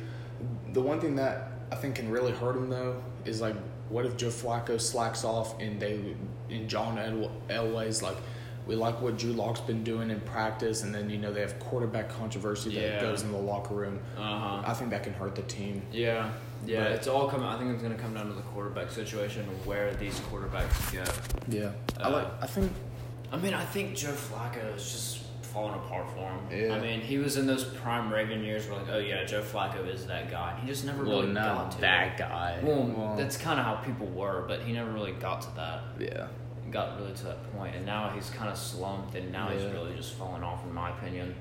[SPEAKER 1] The one thing that I think can really hurt him though is like, what if Joe Flacco slacks off and they and John Ed- Elway's like, we like what Drew Lock's been doing in practice, and then you know they have quarterback controversy that
[SPEAKER 2] Yeah.
[SPEAKER 1] goes in the locker room.
[SPEAKER 2] Uh huh.
[SPEAKER 1] I think that can hurt the team.
[SPEAKER 2] Yeah, yeah.
[SPEAKER 1] But-
[SPEAKER 2] it's all coming. I think it's going to come down to the quarterback situation and where these quarterbacks go.
[SPEAKER 1] Yeah, I
[SPEAKER 2] Uh,
[SPEAKER 1] like. I think
[SPEAKER 2] I mean, I think Joe Flacco is just falling apart for him.
[SPEAKER 1] Yeah.
[SPEAKER 2] I mean, he was in those prime Raven years where like, oh yeah, Joe Flacco is that guy. He just never really got to it.
[SPEAKER 1] guy.
[SPEAKER 2] Well, that's kind of how people were, but he never really got to that.
[SPEAKER 1] yeah.
[SPEAKER 2] Got really to that point, and now he's kind of slumped, and now
[SPEAKER 1] Yeah.
[SPEAKER 2] he's really just falling off, in my opinion.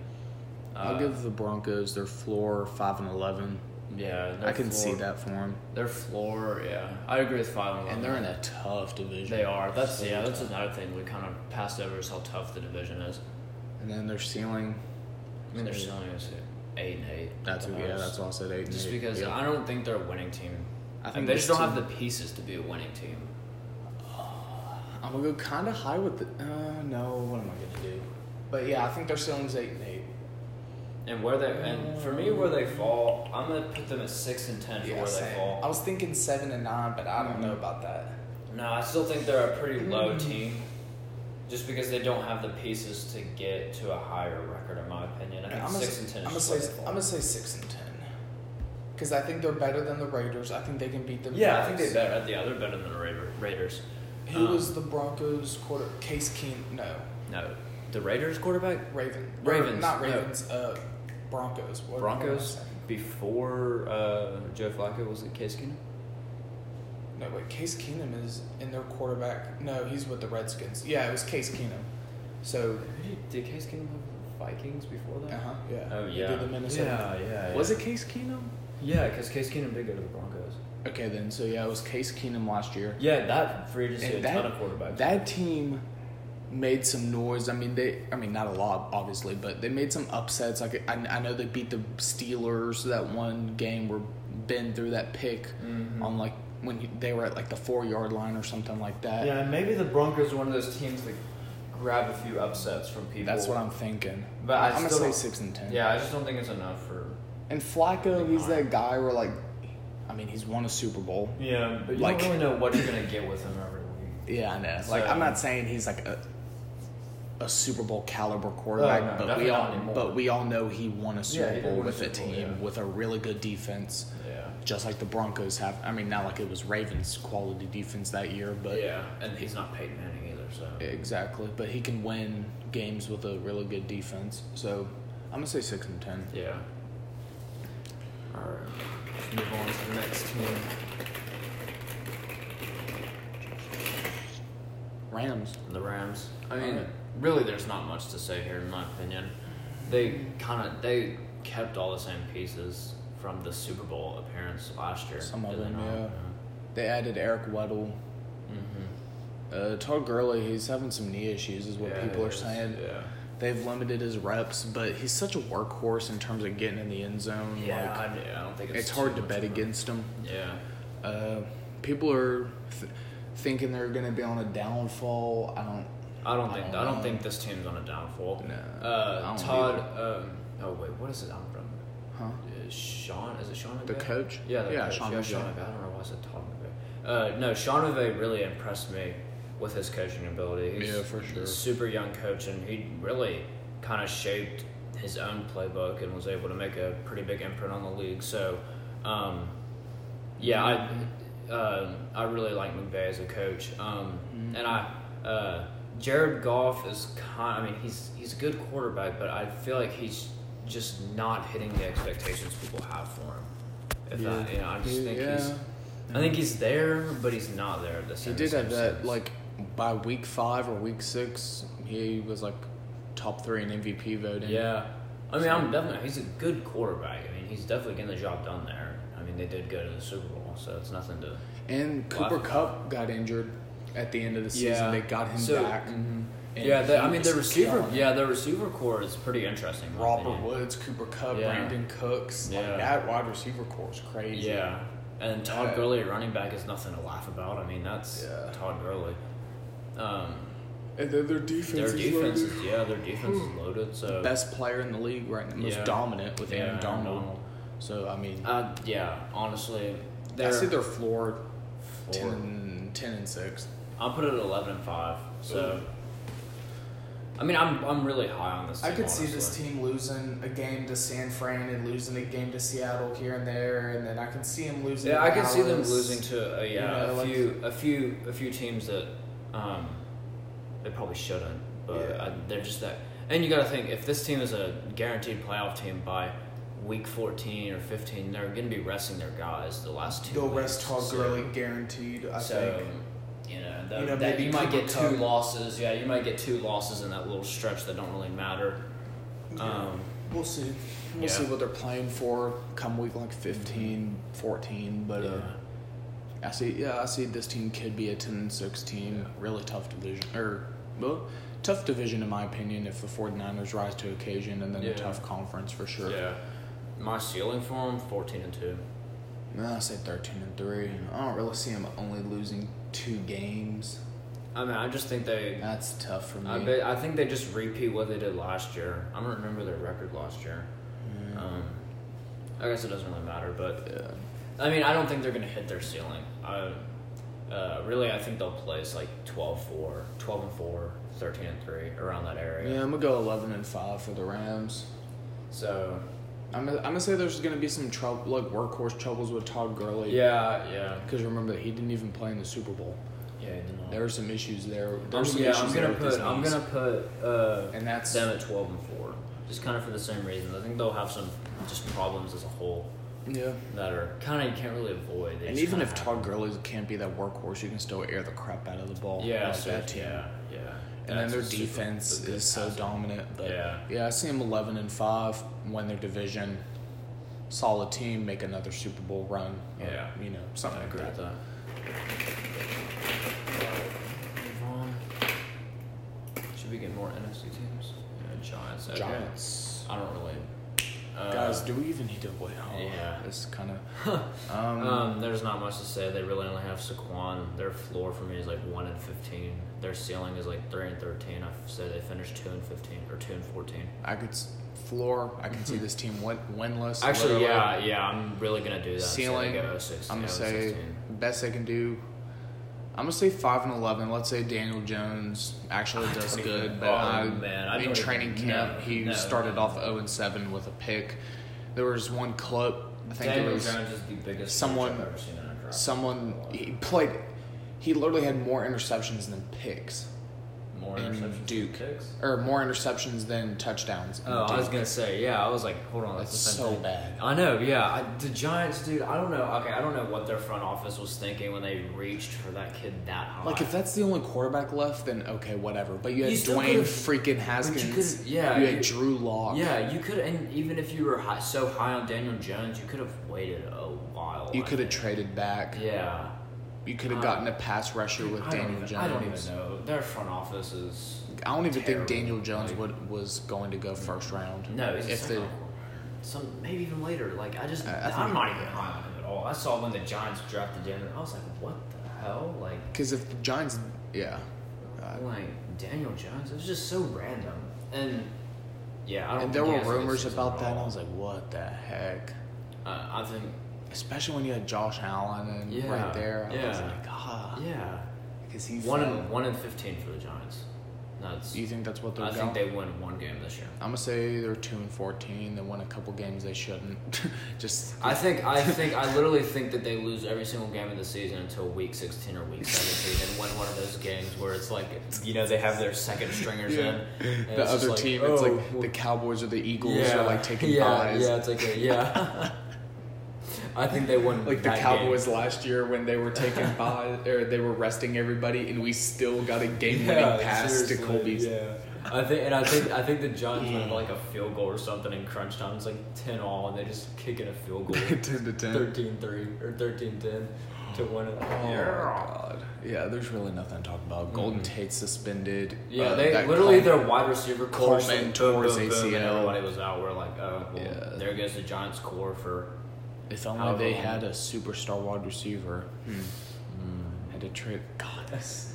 [SPEAKER 2] Uh,
[SPEAKER 1] I'll give the Broncos their floor five and eleven.
[SPEAKER 2] Yeah, their
[SPEAKER 1] I can see
[SPEAKER 2] floor-
[SPEAKER 1] that for them.
[SPEAKER 2] Their floor, yeah, I agree with five and
[SPEAKER 1] And they're in a tough division.
[SPEAKER 2] They are. That's
[SPEAKER 1] So
[SPEAKER 2] yeah. That's
[SPEAKER 1] tough.
[SPEAKER 2] another thing we kind of passed over is how tough the division is.
[SPEAKER 1] And then their ceiling.
[SPEAKER 2] I mean, they're still only eight and eight. at
[SPEAKER 1] That's
[SPEAKER 2] the
[SPEAKER 1] yeah.
[SPEAKER 2] most.
[SPEAKER 1] That's why I said eight. and
[SPEAKER 2] Just
[SPEAKER 1] eight.
[SPEAKER 2] because
[SPEAKER 1] Yeah.
[SPEAKER 2] I don't think they're a winning team.
[SPEAKER 1] I
[SPEAKER 2] I
[SPEAKER 1] think
[SPEAKER 2] think they
[SPEAKER 1] this
[SPEAKER 2] just don't have
[SPEAKER 1] team-
[SPEAKER 2] the pieces to be a winning team.
[SPEAKER 1] I'm gonna go kind of high with the. Uh, no, what am I gonna do? But yeah, I think their ceiling's eight and eight.
[SPEAKER 2] And where they and for me where they fall, I'm gonna put them at six and ten for
[SPEAKER 1] Yeah,
[SPEAKER 2] where
[SPEAKER 1] same.
[SPEAKER 2] they fall. Mm-hmm.
[SPEAKER 1] I was thinking seven and nine, but I don't know about that.
[SPEAKER 2] No, I still think they're a pretty low team. Just because they don't have the pieces to get to a higher record, in my opinion. I think
[SPEAKER 1] I'm gonna,
[SPEAKER 2] six and ten.
[SPEAKER 1] I'm gonna
[SPEAKER 2] is
[SPEAKER 1] say
[SPEAKER 2] just where they
[SPEAKER 1] I'm
[SPEAKER 2] fall.
[SPEAKER 1] gonna say six and ten. Because I think they're better than the Raiders. I think they can beat them.
[SPEAKER 2] yeah, I think
[SPEAKER 1] guys.
[SPEAKER 2] they better at the other better than the Raider- Raiders.
[SPEAKER 1] Who
[SPEAKER 2] um,
[SPEAKER 1] was the Broncos quarter? Case Keen? No,
[SPEAKER 2] No, the Raiders quarterback
[SPEAKER 1] Raven. Or
[SPEAKER 2] Ravens,
[SPEAKER 1] not
[SPEAKER 2] no.
[SPEAKER 1] Ravens. Uh, Broncos. What- what am I
[SPEAKER 2] Broncos
[SPEAKER 1] saying?
[SPEAKER 2] before uh, Joe Flacco was it Case Keenum?
[SPEAKER 1] No, wait. Case Keenum is in their quarterback. No, he's with the Redskins. Yeah, it was Case Keenum. So,
[SPEAKER 2] Did Case Keenum have Vikings before
[SPEAKER 1] uh huh, yeah.
[SPEAKER 2] Oh
[SPEAKER 1] He
[SPEAKER 2] yeah.
[SPEAKER 1] did the Minnesota.
[SPEAKER 2] Yeah, yeah.
[SPEAKER 1] Was it Case Keenum?
[SPEAKER 2] Yeah, because Case Keenum did go to the Broncos.
[SPEAKER 1] Okay, then. So yeah, it was Case Keenum last year.
[SPEAKER 2] Yeah, that free agency
[SPEAKER 1] And
[SPEAKER 2] a
[SPEAKER 1] that-
[SPEAKER 2] ton of quarterbacks.
[SPEAKER 1] That team made some noise. I mean, they. I mean, not a lot, obviously, but they made some upsets. Like I, I know they beat the Steelers that one game where Ben threw that pick
[SPEAKER 2] Mm-hmm.
[SPEAKER 1] on like when he- they were at like the four yard line or something like that.
[SPEAKER 2] yeah, maybe the Broncos are one of those teams that grab a few upsets from people.
[SPEAKER 1] That's what I'm thinking.
[SPEAKER 2] But I
[SPEAKER 1] am gonna
[SPEAKER 2] still
[SPEAKER 1] say
[SPEAKER 2] don't-
[SPEAKER 1] six and ten.
[SPEAKER 2] Yeah, I just don't think it's enough for.
[SPEAKER 1] And Flacco,
[SPEAKER 2] Like
[SPEAKER 1] he's
[SPEAKER 2] mine.
[SPEAKER 1] that guy where like, I mean, he's won a Super Bowl.
[SPEAKER 2] Yeah, but
[SPEAKER 1] you don't Like-
[SPEAKER 2] you
[SPEAKER 1] really
[SPEAKER 2] don't really know what you're gonna get with him every week.
[SPEAKER 1] Yeah, I know. Like,
[SPEAKER 2] So-
[SPEAKER 1] I'm not saying he's like a a Super Bowl caliber quarterback,
[SPEAKER 2] Oh, no,
[SPEAKER 1] but we
[SPEAKER 2] definitely
[SPEAKER 1] all
[SPEAKER 2] not anymore.
[SPEAKER 1] but we all know he won a Super
[SPEAKER 2] he did
[SPEAKER 1] Bowl
[SPEAKER 2] win a
[SPEAKER 1] with a
[SPEAKER 2] Super Bowl,
[SPEAKER 1] team
[SPEAKER 2] yeah.
[SPEAKER 1] with a really good defense,
[SPEAKER 2] Yeah.
[SPEAKER 1] just like the Broncos have. I mean, not like it was Ravens' quality defense that year, but
[SPEAKER 2] yeah, and he's not Peyton Manning either, so.
[SPEAKER 1] exactly. But he can win games with a really good defense. So I'm gonna say six and ten.
[SPEAKER 2] Yeah. Alright. Let's move on to the next team.
[SPEAKER 1] Rams.
[SPEAKER 2] The Rams. I mean,
[SPEAKER 1] Alright.
[SPEAKER 2] really, there's not much to say here, in my opinion. They kind of they kept all the same pieces from the Super Bowl appearance last year.
[SPEAKER 1] Some of
[SPEAKER 2] did they
[SPEAKER 1] them,
[SPEAKER 2] not?
[SPEAKER 1] yeah. They added Eric Weddle. Uh, Todd Gurley, he's having some knee issues, is what
[SPEAKER 2] Mm-hmm. Yeah,
[SPEAKER 1] people are
[SPEAKER 2] it's-
[SPEAKER 1] saying.
[SPEAKER 2] Yeah.
[SPEAKER 1] They've limited his reps, but he's such a workhorse in terms of getting in the end zone.
[SPEAKER 2] Yeah,
[SPEAKER 1] like,
[SPEAKER 2] I, yeah, I don't think it's
[SPEAKER 1] it's, hard
[SPEAKER 2] too
[SPEAKER 1] to
[SPEAKER 2] much
[SPEAKER 1] bet
[SPEAKER 2] of a-
[SPEAKER 1] against him.
[SPEAKER 2] Yeah.
[SPEAKER 1] Uh, people are th- thinking they're going to be on a downfall. I don't.
[SPEAKER 2] I don't think I don't,
[SPEAKER 1] know.
[SPEAKER 2] think this team's on a downfall.
[SPEAKER 1] No, Um, I
[SPEAKER 2] Uh,
[SPEAKER 1] don't
[SPEAKER 2] Todd. Um, oh wait, what is it? I'm from
[SPEAKER 1] Huh?
[SPEAKER 2] uh, Sean. Is it Sean?
[SPEAKER 1] The
[SPEAKER 2] McVay?
[SPEAKER 1] coach?
[SPEAKER 2] Yeah, the
[SPEAKER 1] Yeah,
[SPEAKER 2] coach.
[SPEAKER 1] Sean
[SPEAKER 2] yeah,
[SPEAKER 1] McVay.
[SPEAKER 2] Sean McVay. I don't know why I said Todd McVay. Uh, no, Sean McVay really impressed me with his coaching ability. He's
[SPEAKER 1] Yeah, for sure.
[SPEAKER 2] a Super young coach, and he really kind of shaped his own playbook and was able to make a pretty big imprint on the league. So, um, yeah, I uh, I really like McVay as a coach, um,
[SPEAKER 1] Mm-hmm.
[SPEAKER 2] and I uh, Jared Goff is kind. I mean, he's he's a good quarterback, but I feel like he's just not hitting the expectations people have for him. If
[SPEAKER 1] Yeah.
[SPEAKER 2] I, you know, I just
[SPEAKER 1] Yeah.
[SPEAKER 2] think he's. I think he's there, but he's not there at the
[SPEAKER 1] He
[SPEAKER 2] same.
[SPEAKER 1] did have
[SPEAKER 2] same
[SPEAKER 1] that
[SPEAKER 2] sense.
[SPEAKER 1] like by week five or week six, he was like top three in MVP voting.
[SPEAKER 2] Yeah, I mean, I'm definitely. He's a good quarterback. I mean, he's definitely getting the job done there. I mean, they did go to the Super Bowl, so it's nothing to.
[SPEAKER 1] And
[SPEAKER 2] Wow.
[SPEAKER 1] Cooper Cup got injured at the end of the season.
[SPEAKER 2] Yeah.
[SPEAKER 1] They got him
[SPEAKER 2] So- mm-hmm.
[SPEAKER 1] back. And
[SPEAKER 2] yeah, the, I
[SPEAKER 1] he
[SPEAKER 2] mean,
[SPEAKER 1] was
[SPEAKER 2] the receiver.
[SPEAKER 1] gone.
[SPEAKER 2] Yeah, the receiver core is pretty interesting. in my
[SPEAKER 1] Robert
[SPEAKER 2] opinion.
[SPEAKER 1] Woods, Cooper Cup,
[SPEAKER 2] Yeah.
[SPEAKER 1] Brandon Cooks.
[SPEAKER 2] Yeah.
[SPEAKER 1] Like that wide receiver core is crazy.
[SPEAKER 2] Yeah, and Todd
[SPEAKER 1] Yeah.
[SPEAKER 2] Gurley at running back is nothing to laugh about. I mean, that's
[SPEAKER 1] Yeah.
[SPEAKER 2] Todd Gurley. Um,
[SPEAKER 1] And then their defense
[SPEAKER 2] their
[SPEAKER 1] is
[SPEAKER 2] defense
[SPEAKER 1] loaded. Hmm.
[SPEAKER 2] is yeah, their defense is loaded. So
[SPEAKER 1] best player in the league right now, most
[SPEAKER 2] Yeah.
[SPEAKER 1] dominant with
[SPEAKER 2] Yeah,
[SPEAKER 1] Aaron
[SPEAKER 2] Aaron
[SPEAKER 1] Donald.
[SPEAKER 2] Donald.
[SPEAKER 1] So I mean,
[SPEAKER 2] uh, yeah, honestly,
[SPEAKER 1] I
[SPEAKER 2] they're-
[SPEAKER 1] see their floor,
[SPEAKER 2] Floor.
[SPEAKER 1] 10, 10 and six.
[SPEAKER 2] I'll put it at eleven and five. So, I mean, I'm I'm really high on this.
[SPEAKER 1] I
[SPEAKER 2] team,
[SPEAKER 1] could see this
[SPEAKER 2] honestly.
[SPEAKER 1] team losing a game to San Fran and losing a game to Seattle here and there, and then I can see them losing.
[SPEAKER 2] Yeah,
[SPEAKER 1] to
[SPEAKER 2] I could see them
[SPEAKER 1] Dallas.
[SPEAKER 2] losing to uh, yeah
[SPEAKER 1] You know,
[SPEAKER 2] a
[SPEAKER 1] like-
[SPEAKER 2] few a few a few teams that um, they probably shouldn't, but
[SPEAKER 1] Yeah.
[SPEAKER 2] I, they're just that. And you got to think if this team is a guaranteed playoff team by week fourteen or fifteen, they're going to be resting their guys the last two.
[SPEAKER 1] They'll
[SPEAKER 2] weeks,
[SPEAKER 1] rest Todd
[SPEAKER 2] so-
[SPEAKER 1] Gurley guaranteed. I
[SPEAKER 2] so,
[SPEAKER 1] think.
[SPEAKER 2] You know, that,
[SPEAKER 1] You know,
[SPEAKER 2] that
[SPEAKER 1] maybe
[SPEAKER 2] you might
[SPEAKER 1] Cooper
[SPEAKER 2] get two
[SPEAKER 1] Cup.
[SPEAKER 2] losses. Yeah, you might get two losses in that little stretch that don't really matter. Um,
[SPEAKER 1] We'll see. We'll
[SPEAKER 2] Yeah.
[SPEAKER 1] see what they're playing for come week like 15,
[SPEAKER 2] Mm-hmm.
[SPEAKER 1] 14. But uh, I see. Yeah, I see this team could be a ten and six team. Really tough division, or well, tough division in my opinion. If the 49ers rise to occasion, and then
[SPEAKER 2] Yeah.
[SPEAKER 1] a tough conference for sure.
[SPEAKER 2] yeah. My ceiling for them, fourteen and two.
[SPEAKER 1] No, I say thirteen and three. I don't really see them only losing two games.
[SPEAKER 2] I mean, I just think they.
[SPEAKER 1] That's tough for me.
[SPEAKER 2] I bet. I think they just repeat what they did last year. I don't remember their record last year.
[SPEAKER 1] Mm.
[SPEAKER 2] Um, I guess it doesn't really matter, but
[SPEAKER 1] Yeah.
[SPEAKER 2] I mean, I don't think they're gonna hit their ceiling. I, uh, really, I think they'll place like 12-4, 12 and 4, 13 and 3, around that area.
[SPEAKER 1] Yeah, I'm gonna go eleven and five for the Rams.
[SPEAKER 2] So
[SPEAKER 1] I'm gonna, I'm gonna say there's gonna be some trouble, like workhorse troubles with Todd Gurley.
[SPEAKER 2] yeah, yeah,
[SPEAKER 1] Because remember, he didn't even play in the Super Bowl.
[SPEAKER 2] yeah.
[SPEAKER 1] There are some issues there.
[SPEAKER 2] I'm,
[SPEAKER 1] There's some
[SPEAKER 2] yeah,
[SPEAKER 1] issues
[SPEAKER 2] I'm
[SPEAKER 1] there
[SPEAKER 2] gonna
[SPEAKER 1] with his
[SPEAKER 2] put. I'm
[SPEAKER 1] knees.
[SPEAKER 2] gonna put. Uh,
[SPEAKER 1] And that's-
[SPEAKER 2] them at 12 and 4, just kind of for the same reason. I think they'll have some just problems as a whole
[SPEAKER 1] Yeah.
[SPEAKER 2] that are kind of you can't really avoid. They
[SPEAKER 1] And
[SPEAKER 2] just
[SPEAKER 1] even
[SPEAKER 2] kinda
[SPEAKER 1] if
[SPEAKER 2] happen.
[SPEAKER 1] Todd Gurley can't be that workhorse, you can still air the crap out of the ball.
[SPEAKER 2] Yeah,
[SPEAKER 1] like
[SPEAKER 2] so,
[SPEAKER 1] that team.
[SPEAKER 2] yeah, yeah.
[SPEAKER 1] And then
[SPEAKER 2] That's
[SPEAKER 1] their
[SPEAKER 2] a super-
[SPEAKER 1] defense
[SPEAKER 2] a good
[SPEAKER 1] is so
[SPEAKER 2] pass.
[SPEAKER 1] dominant. But
[SPEAKER 2] Yeah.
[SPEAKER 1] I see them 11 and 5, win their division, solid team, make another Super Bowl run. or,
[SPEAKER 2] Yeah.
[SPEAKER 1] You know,
[SPEAKER 2] I
[SPEAKER 1] something like
[SPEAKER 2] agree
[SPEAKER 1] that.
[SPEAKER 2] with that. Move on. Should we get more NFC teams? Yeah, Giants. okay.
[SPEAKER 1] Giants.
[SPEAKER 2] I don't really. Uh,
[SPEAKER 1] Guys, do we even need to wait? Oh,
[SPEAKER 2] yeah.
[SPEAKER 1] It's kind
[SPEAKER 2] [laughs]
[SPEAKER 1] of. um,
[SPEAKER 2] Um, there's not much to say. They really only have Saquon. Their floor for me is like one and fifteen. Their ceiling is like three and thirteen. I say they finished two and fifteen or two and fourteen.
[SPEAKER 1] I could s- floor. I can see this team win- winless.
[SPEAKER 2] Hmm. Actually,
[SPEAKER 1] literally.
[SPEAKER 2] yeah, yeah, I'm really gonna do that.
[SPEAKER 1] Ceiling,
[SPEAKER 2] Say they go 06,
[SPEAKER 1] I'm
[SPEAKER 2] yeah,
[SPEAKER 1] gonna say
[SPEAKER 2] 016.
[SPEAKER 1] best they can do. I'm gonna say five and eleven. Let's say Daniel Jones actually
[SPEAKER 2] I
[SPEAKER 1] does
[SPEAKER 2] don't
[SPEAKER 1] good,
[SPEAKER 2] even-
[SPEAKER 1] but
[SPEAKER 2] oh,
[SPEAKER 1] I,
[SPEAKER 2] man, I
[SPEAKER 1] in
[SPEAKER 2] don't
[SPEAKER 1] training
[SPEAKER 2] even-
[SPEAKER 1] camp
[SPEAKER 2] no,
[SPEAKER 1] he
[SPEAKER 2] no,
[SPEAKER 1] started
[SPEAKER 2] no.
[SPEAKER 1] off zero and seven with a pick. There was one clip. I think
[SPEAKER 2] Daniel
[SPEAKER 1] it was
[SPEAKER 2] Jones is the biggest
[SPEAKER 1] someone-
[SPEAKER 2] coach I've ever seen in a draft.
[SPEAKER 1] someone he played. He literally had more interceptions than picks,
[SPEAKER 2] more
[SPEAKER 1] in
[SPEAKER 2] interceptions
[SPEAKER 1] Duke.
[SPEAKER 2] than picks?
[SPEAKER 1] or more interceptions than touchdowns. in
[SPEAKER 2] Oh, I was
[SPEAKER 1] Duke.
[SPEAKER 2] gonna say yeah. I was like, hold on, that's,
[SPEAKER 1] That's
[SPEAKER 2] the same
[SPEAKER 1] so
[SPEAKER 2] thing.
[SPEAKER 1] bad.
[SPEAKER 2] I know, yeah. I, the Giants, dude. I don't know. Okay, I don't know what their front office was thinking when they reached for that kid that high.
[SPEAKER 1] Like if that's the only quarterback left, then okay, whatever. But you had
[SPEAKER 2] You still
[SPEAKER 1] Dwayne
[SPEAKER 2] could've-
[SPEAKER 1] freaking Haskins.
[SPEAKER 2] could've- yeah,
[SPEAKER 1] You had
[SPEAKER 2] you-
[SPEAKER 1] Drew Lock.
[SPEAKER 2] Yeah, you could, and even if you were high, so high on Daniel Jones, you could have waited a while.
[SPEAKER 1] You
[SPEAKER 2] I
[SPEAKER 1] could have
[SPEAKER 2] think.
[SPEAKER 1] traded back.
[SPEAKER 2] Yeah.
[SPEAKER 1] You could have
[SPEAKER 2] Uh,
[SPEAKER 1] gotten a pass rusher with
[SPEAKER 2] I don't,
[SPEAKER 1] Daniel
[SPEAKER 2] even,
[SPEAKER 1] Jones.
[SPEAKER 2] I don't even know. Their front office is.
[SPEAKER 1] I don't even
[SPEAKER 2] Terrible.
[SPEAKER 1] think Daniel Jones
[SPEAKER 2] Like-
[SPEAKER 1] would, was going to go first round.
[SPEAKER 2] No, he's
[SPEAKER 1] if
[SPEAKER 2] if
[SPEAKER 1] they,
[SPEAKER 2] some maybe even later. Like I just,
[SPEAKER 1] I- I
[SPEAKER 2] I,
[SPEAKER 1] think-
[SPEAKER 2] am not even high on him at all. I saw when the Giants drafted Daniel, I was like, what the hell? Like,
[SPEAKER 1] because if the Giants, yeah, Uh,
[SPEAKER 2] like Daniel Jones, it was just so random. And yeah, I don't.
[SPEAKER 1] and there were
[SPEAKER 2] think he has a good
[SPEAKER 1] rumors
[SPEAKER 2] season
[SPEAKER 1] about
[SPEAKER 2] at
[SPEAKER 1] that, and I
[SPEAKER 2] all.
[SPEAKER 1] was like, what the heck?
[SPEAKER 2] Uh, I think
[SPEAKER 1] especially when you had Josh Allen and
[SPEAKER 2] Yeah,
[SPEAKER 1] right there. I was
[SPEAKER 2] yeah.
[SPEAKER 1] like, ah,
[SPEAKER 2] Yeah.
[SPEAKER 1] because he
[SPEAKER 2] One
[SPEAKER 1] fell.
[SPEAKER 2] in one in fifteen for the Giants. That's
[SPEAKER 1] Do you think that's what they're
[SPEAKER 2] I
[SPEAKER 1] going?
[SPEAKER 2] think they win one game this year.
[SPEAKER 1] I'm gonna say they're two and fourteen. They won a couple games they shouldn't. [laughs] Just
[SPEAKER 2] I think I think I literally think that they lose every single game of the season until week sixteen or week seventeen, and win one of those games where it's like you know they have their second stringers
[SPEAKER 1] Yeah.
[SPEAKER 2] in. and
[SPEAKER 1] the
[SPEAKER 2] it's just
[SPEAKER 1] other
[SPEAKER 2] like,
[SPEAKER 1] team, it's
[SPEAKER 2] oh,
[SPEAKER 1] like the Cowboys or the Eagles
[SPEAKER 2] yeah,
[SPEAKER 1] are like taking
[SPEAKER 2] yeah,
[SPEAKER 1] buys.
[SPEAKER 2] Yeah, it's like a, yeah. [laughs] I think they won
[SPEAKER 1] Like the
[SPEAKER 2] that
[SPEAKER 1] Cowboys
[SPEAKER 2] Game.
[SPEAKER 1] last year when they were
[SPEAKER 2] [laughs]
[SPEAKER 1] taking by or they were resting everybody, and we still got a game-winning
[SPEAKER 2] Yeah,
[SPEAKER 1] pass to
[SPEAKER 2] seriously,
[SPEAKER 1] Colby.
[SPEAKER 2] Yeah. I think and I think I think the Giants went
[SPEAKER 1] Mm.
[SPEAKER 2] like a field goal or something in crunch time. It's like ten all, and they just kick in a field goal.
[SPEAKER 1] [laughs] [laughs] ten to ten.
[SPEAKER 2] 13-3 or 13-10 to win it.
[SPEAKER 1] Oh my god. Yeah, there's really nothing to talk about. Golden Tate suspended.
[SPEAKER 2] Mm-hmm. Yeah,
[SPEAKER 1] uh,
[SPEAKER 2] they
[SPEAKER 1] that
[SPEAKER 2] literally
[SPEAKER 1] Coleman-
[SPEAKER 2] their wide receiver core just,
[SPEAKER 1] Coleman
[SPEAKER 2] like, boom,
[SPEAKER 1] towards
[SPEAKER 2] boom, boom, and
[SPEAKER 1] ACL.
[SPEAKER 2] Everybody was out. We're like, oh, well,
[SPEAKER 1] Yeah.
[SPEAKER 2] there goes the Giants core for.
[SPEAKER 1] If only
[SPEAKER 2] However
[SPEAKER 1] they
[SPEAKER 2] long.
[SPEAKER 1] had a superstar wide receiver.
[SPEAKER 2] Hmm.
[SPEAKER 1] Had to trade. God,
[SPEAKER 2] [laughs]
[SPEAKER 1] that's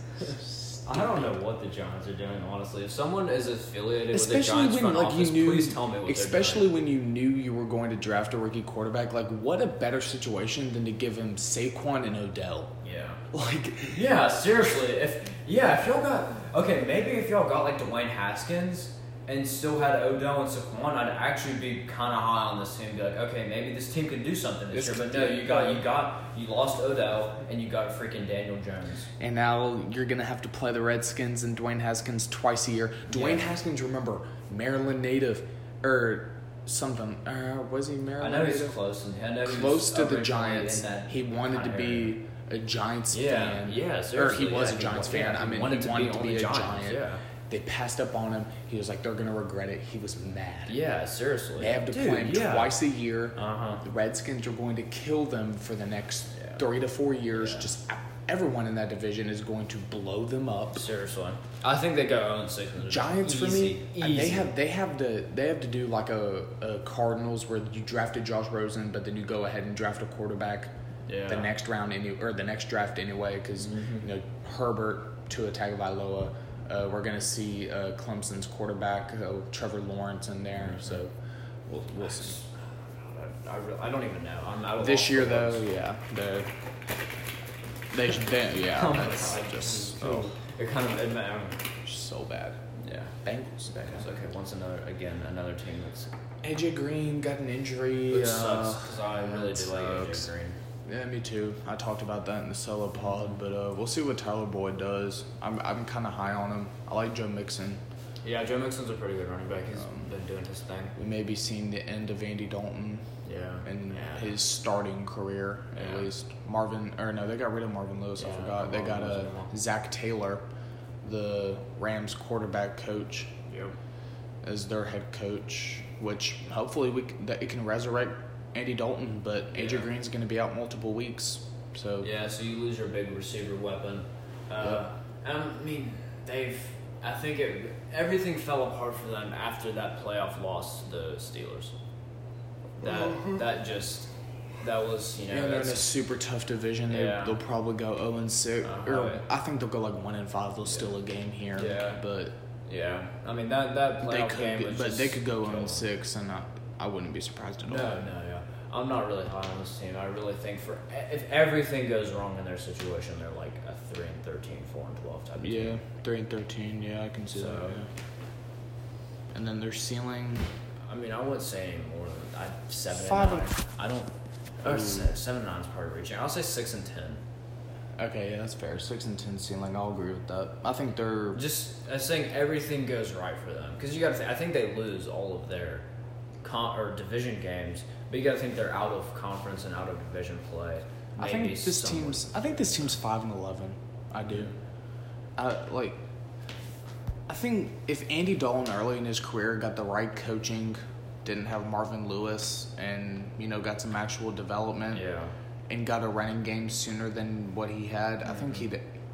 [SPEAKER 2] I don't know what the Giants are doing. Honestly, if someone is affiliated with the
[SPEAKER 1] especially
[SPEAKER 2] Giants
[SPEAKER 1] when
[SPEAKER 2] front
[SPEAKER 1] like
[SPEAKER 2] office,
[SPEAKER 1] you knew,
[SPEAKER 2] please tell me what
[SPEAKER 1] especially
[SPEAKER 2] they're doing.
[SPEAKER 1] when you knew you were going to draft a rookie quarterback. Like, what a better situation than to give him Saquon and Odell. [laughs]
[SPEAKER 2] yeah.
[SPEAKER 1] Like,
[SPEAKER 2] Yeah, seriously. If yeah, if y'all got okay, maybe if y'all got like Dwayne Haskins and still had Odell and Saquon, I'd actually be kind of high on this team. Be like, okay, maybe this team could do something this,
[SPEAKER 1] This
[SPEAKER 2] year. But
[SPEAKER 1] could
[SPEAKER 2] no,
[SPEAKER 1] do-
[SPEAKER 2] you got you got you lost Odell and you got freaking Daniel Jones.
[SPEAKER 1] and now you're gonna have to play the Redskins and Dwayne Haskins twice a year. Dwayne
[SPEAKER 2] Yeah.
[SPEAKER 1] Haskins, remember, Maryland native, or something. Uh, was he
[SPEAKER 2] I
[SPEAKER 1] Maryland?
[SPEAKER 2] know he's
[SPEAKER 1] native?
[SPEAKER 2] close and I know he was
[SPEAKER 1] close to the
[SPEAKER 2] originally
[SPEAKER 1] Giants.
[SPEAKER 2] in that
[SPEAKER 1] He wanted to
[SPEAKER 2] kinda area.
[SPEAKER 1] be a Giants
[SPEAKER 2] Yeah,
[SPEAKER 1] fan.
[SPEAKER 2] yeah,
[SPEAKER 1] Or he
[SPEAKER 2] seriously,
[SPEAKER 1] was
[SPEAKER 2] yeah,
[SPEAKER 1] a
[SPEAKER 2] he
[SPEAKER 1] Giants
[SPEAKER 2] wa-
[SPEAKER 1] fan.
[SPEAKER 2] yeah,
[SPEAKER 1] I
[SPEAKER 2] he
[SPEAKER 1] mean,
[SPEAKER 2] wanted
[SPEAKER 1] he
[SPEAKER 2] to
[SPEAKER 1] wanted
[SPEAKER 2] be
[SPEAKER 1] to
[SPEAKER 2] on
[SPEAKER 1] be,
[SPEAKER 2] the
[SPEAKER 1] a
[SPEAKER 2] Giants,
[SPEAKER 1] Giant.
[SPEAKER 2] yeah.
[SPEAKER 1] They passed up on him. He was like, they're going to regret it. He was mad.
[SPEAKER 2] Yeah, seriously.
[SPEAKER 1] They have to
[SPEAKER 2] Dude,
[SPEAKER 1] play him
[SPEAKER 2] yeah.
[SPEAKER 1] twice a year.
[SPEAKER 2] Uh huh.
[SPEAKER 1] The Redskins are going to kill them for the next
[SPEAKER 2] Yeah.
[SPEAKER 1] three to four years.
[SPEAKER 2] Yeah.
[SPEAKER 1] Just everyone in that division is going to blow them up.
[SPEAKER 2] Seriously, I think they go 0 6.
[SPEAKER 1] Giants for me, they have they have to they have to do like a, a Cardinals where you drafted Josh Rosen, but then you go ahead and draft a quarterback
[SPEAKER 2] Yeah. Mm-hmm.
[SPEAKER 1] the next round any or the next draft anyway because you know Herbert to Tagovailoa. Uh, we're gonna see uh, Clemson's quarterback uh, Trevor Lawrence in there,
[SPEAKER 2] Mm-hmm.
[SPEAKER 1] so we'll, we'll see.
[SPEAKER 2] I, I, re- I don't even know. I'm out of
[SPEAKER 1] This
[SPEAKER 2] all
[SPEAKER 1] year
[SPEAKER 2] the
[SPEAKER 1] though,
[SPEAKER 2] ones.
[SPEAKER 1] yeah, the they, they yeah,
[SPEAKER 2] [laughs] Oh my
[SPEAKER 1] that's
[SPEAKER 2] God,
[SPEAKER 1] just
[SPEAKER 2] so-
[SPEAKER 1] oh,
[SPEAKER 2] it kind of it, um,
[SPEAKER 1] so bad.
[SPEAKER 2] yeah.
[SPEAKER 1] Bengals,
[SPEAKER 2] It's okay. Once another again another team that's
[SPEAKER 1] AJ Green got an injury.
[SPEAKER 2] which
[SPEAKER 1] uh,
[SPEAKER 2] sucks because I really
[SPEAKER 1] it
[SPEAKER 2] do like
[SPEAKER 1] sucks.
[SPEAKER 2] AJ Green.
[SPEAKER 1] Yeah, me too. I talked about that in the solo pod, but uh, we'll see what Tyler Boyd does. I'm I'm kind of high on him. I like Joe Mixon.
[SPEAKER 2] Yeah, Joe Mixon's a pretty good running back. He's
[SPEAKER 1] Um,
[SPEAKER 2] been doing his thing.
[SPEAKER 1] We may be seeing the end of Andy Dalton
[SPEAKER 2] Yeah,
[SPEAKER 1] and
[SPEAKER 2] yeah.
[SPEAKER 1] his starting career at
[SPEAKER 2] Yeah.
[SPEAKER 1] least. Marvin or no, they got rid of Marvin Lewis. I
[SPEAKER 2] Yeah,
[SPEAKER 1] forgot. They
[SPEAKER 2] Marvin
[SPEAKER 1] got
[SPEAKER 2] Lewis
[SPEAKER 1] a
[SPEAKER 2] anymore.
[SPEAKER 1] Zach Taylor, the Rams quarterback coach,
[SPEAKER 2] Yep.
[SPEAKER 1] as their head coach. Which hopefully we c- that it can resurrect Andy Dalton, but AJ
[SPEAKER 2] Yeah.
[SPEAKER 1] Green's going to be out multiple weeks. So
[SPEAKER 2] Yeah, so you lose your big receiver weapon. Uh, I mean, they've. I think it, everything fell apart for them after that playoff loss to the Steelers. That that just that was you know
[SPEAKER 1] Mm-hmm. Yeah, they're in a
[SPEAKER 2] that's-
[SPEAKER 1] super tough division. They,
[SPEAKER 2] Yeah.
[SPEAKER 1] They'll probably go 0 and 6.
[SPEAKER 2] Uh-huh.
[SPEAKER 1] Or I think they'll go like 1 and 5. They'll steal a game here.
[SPEAKER 2] Yeah.
[SPEAKER 1] But
[SPEAKER 2] yeah. I mean that that
[SPEAKER 1] they
[SPEAKER 2] playoff
[SPEAKER 1] could
[SPEAKER 2] game
[SPEAKER 1] get-
[SPEAKER 2] was
[SPEAKER 1] but
[SPEAKER 2] just
[SPEAKER 1] they could go 0
[SPEAKER 2] killed.
[SPEAKER 1] and 6 and I, I wouldn't be surprised at all.
[SPEAKER 2] No, no, yeah. I'm not really high on this team. I really think for if everything goes wrong in their situation, they're like a three and 13, 4 and twelve type of
[SPEAKER 1] Yeah,
[SPEAKER 2] team.
[SPEAKER 1] 3 and 13. Yeah, I can see that.
[SPEAKER 2] So-
[SPEAKER 1] Yeah. And then their ceiling
[SPEAKER 2] I mean, I wouldn't say any more than I seven
[SPEAKER 1] Five
[SPEAKER 2] and
[SPEAKER 1] and-
[SPEAKER 2] nine. I don't. Or se- seven and nine is probably reaching. I'll say six and ten.
[SPEAKER 1] Okay, yeah, that's fair. 6 and 10 ceiling. I'll agree with that. I think they're
[SPEAKER 2] Just I was saying everything goes right for them because you got to. Th- I think they lose all of their con or division games, but you got to think they're out of conference and out of division play.
[SPEAKER 1] I think
[SPEAKER 2] Maybe
[SPEAKER 1] this
[SPEAKER 2] somewhat.
[SPEAKER 1] team's. I think this team's five and eleven. I do. I Uh, like. I think if Andy Dalton early in his career got the right coaching, didn't have Marvin Lewis, and you know got some actual development,
[SPEAKER 2] Yeah.
[SPEAKER 1] and got a running game sooner than what he had, I think he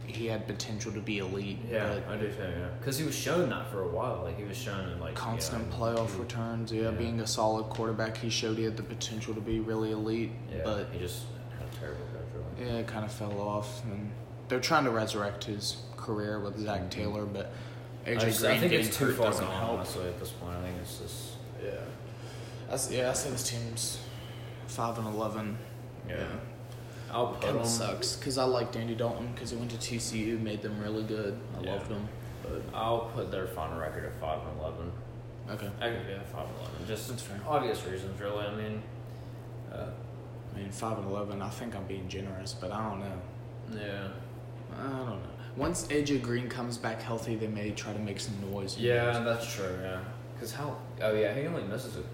[SPEAKER 1] he had potential to be elite.
[SPEAKER 2] Yeah,
[SPEAKER 1] but
[SPEAKER 2] I do think yeah. Because he was shown that for a while, like he was shown in like
[SPEAKER 1] constant
[SPEAKER 2] you know,
[SPEAKER 1] playoff returns. Yeah,
[SPEAKER 2] Yeah.
[SPEAKER 1] being a solid quarterback, he showed he had the potential to be really elite.
[SPEAKER 2] Yeah,
[SPEAKER 1] but
[SPEAKER 2] he just had a terrible graduation.
[SPEAKER 1] Yeah, it kind of fell off, and they're trying to resurrect his career with Zach Taylor, but AJ
[SPEAKER 2] Mm-hmm. I, just-
[SPEAKER 1] Green
[SPEAKER 2] I think
[SPEAKER 1] getting
[SPEAKER 2] it's too
[SPEAKER 1] hurt
[SPEAKER 2] far
[SPEAKER 1] doesn't
[SPEAKER 2] gone.
[SPEAKER 1] help.
[SPEAKER 2] Honestly, at this point, I think it's just
[SPEAKER 1] Yeah, I, s- yeah, I say this team's five and eleven.
[SPEAKER 2] Yeah. I'll put
[SPEAKER 1] Kind
[SPEAKER 2] him.
[SPEAKER 1] of sucks because I like Danny Dalton because he went to TCU, made them really good. I
[SPEAKER 2] Yeah.
[SPEAKER 1] loved him. But
[SPEAKER 2] I'll put their final record at five and eleven.
[SPEAKER 1] okay,
[SPEAKER 2] I could do five and eleven. Just
[SPEAKER 1] That's fair.
[SPEAKER 2] obvious reasons, really. I mean, uh,
[SPEAKER 1] I mean five and eleven. I think I'm being generous, but I don't know.
[SPEAKER 2] yeah,
[SPEAKER 1] I don't know. Once AJ Green comes back healthy, they may try to make some noise.
[SPEAKER 2] yeah, that's true. Yeah, because how? Oh yeah, he only misses it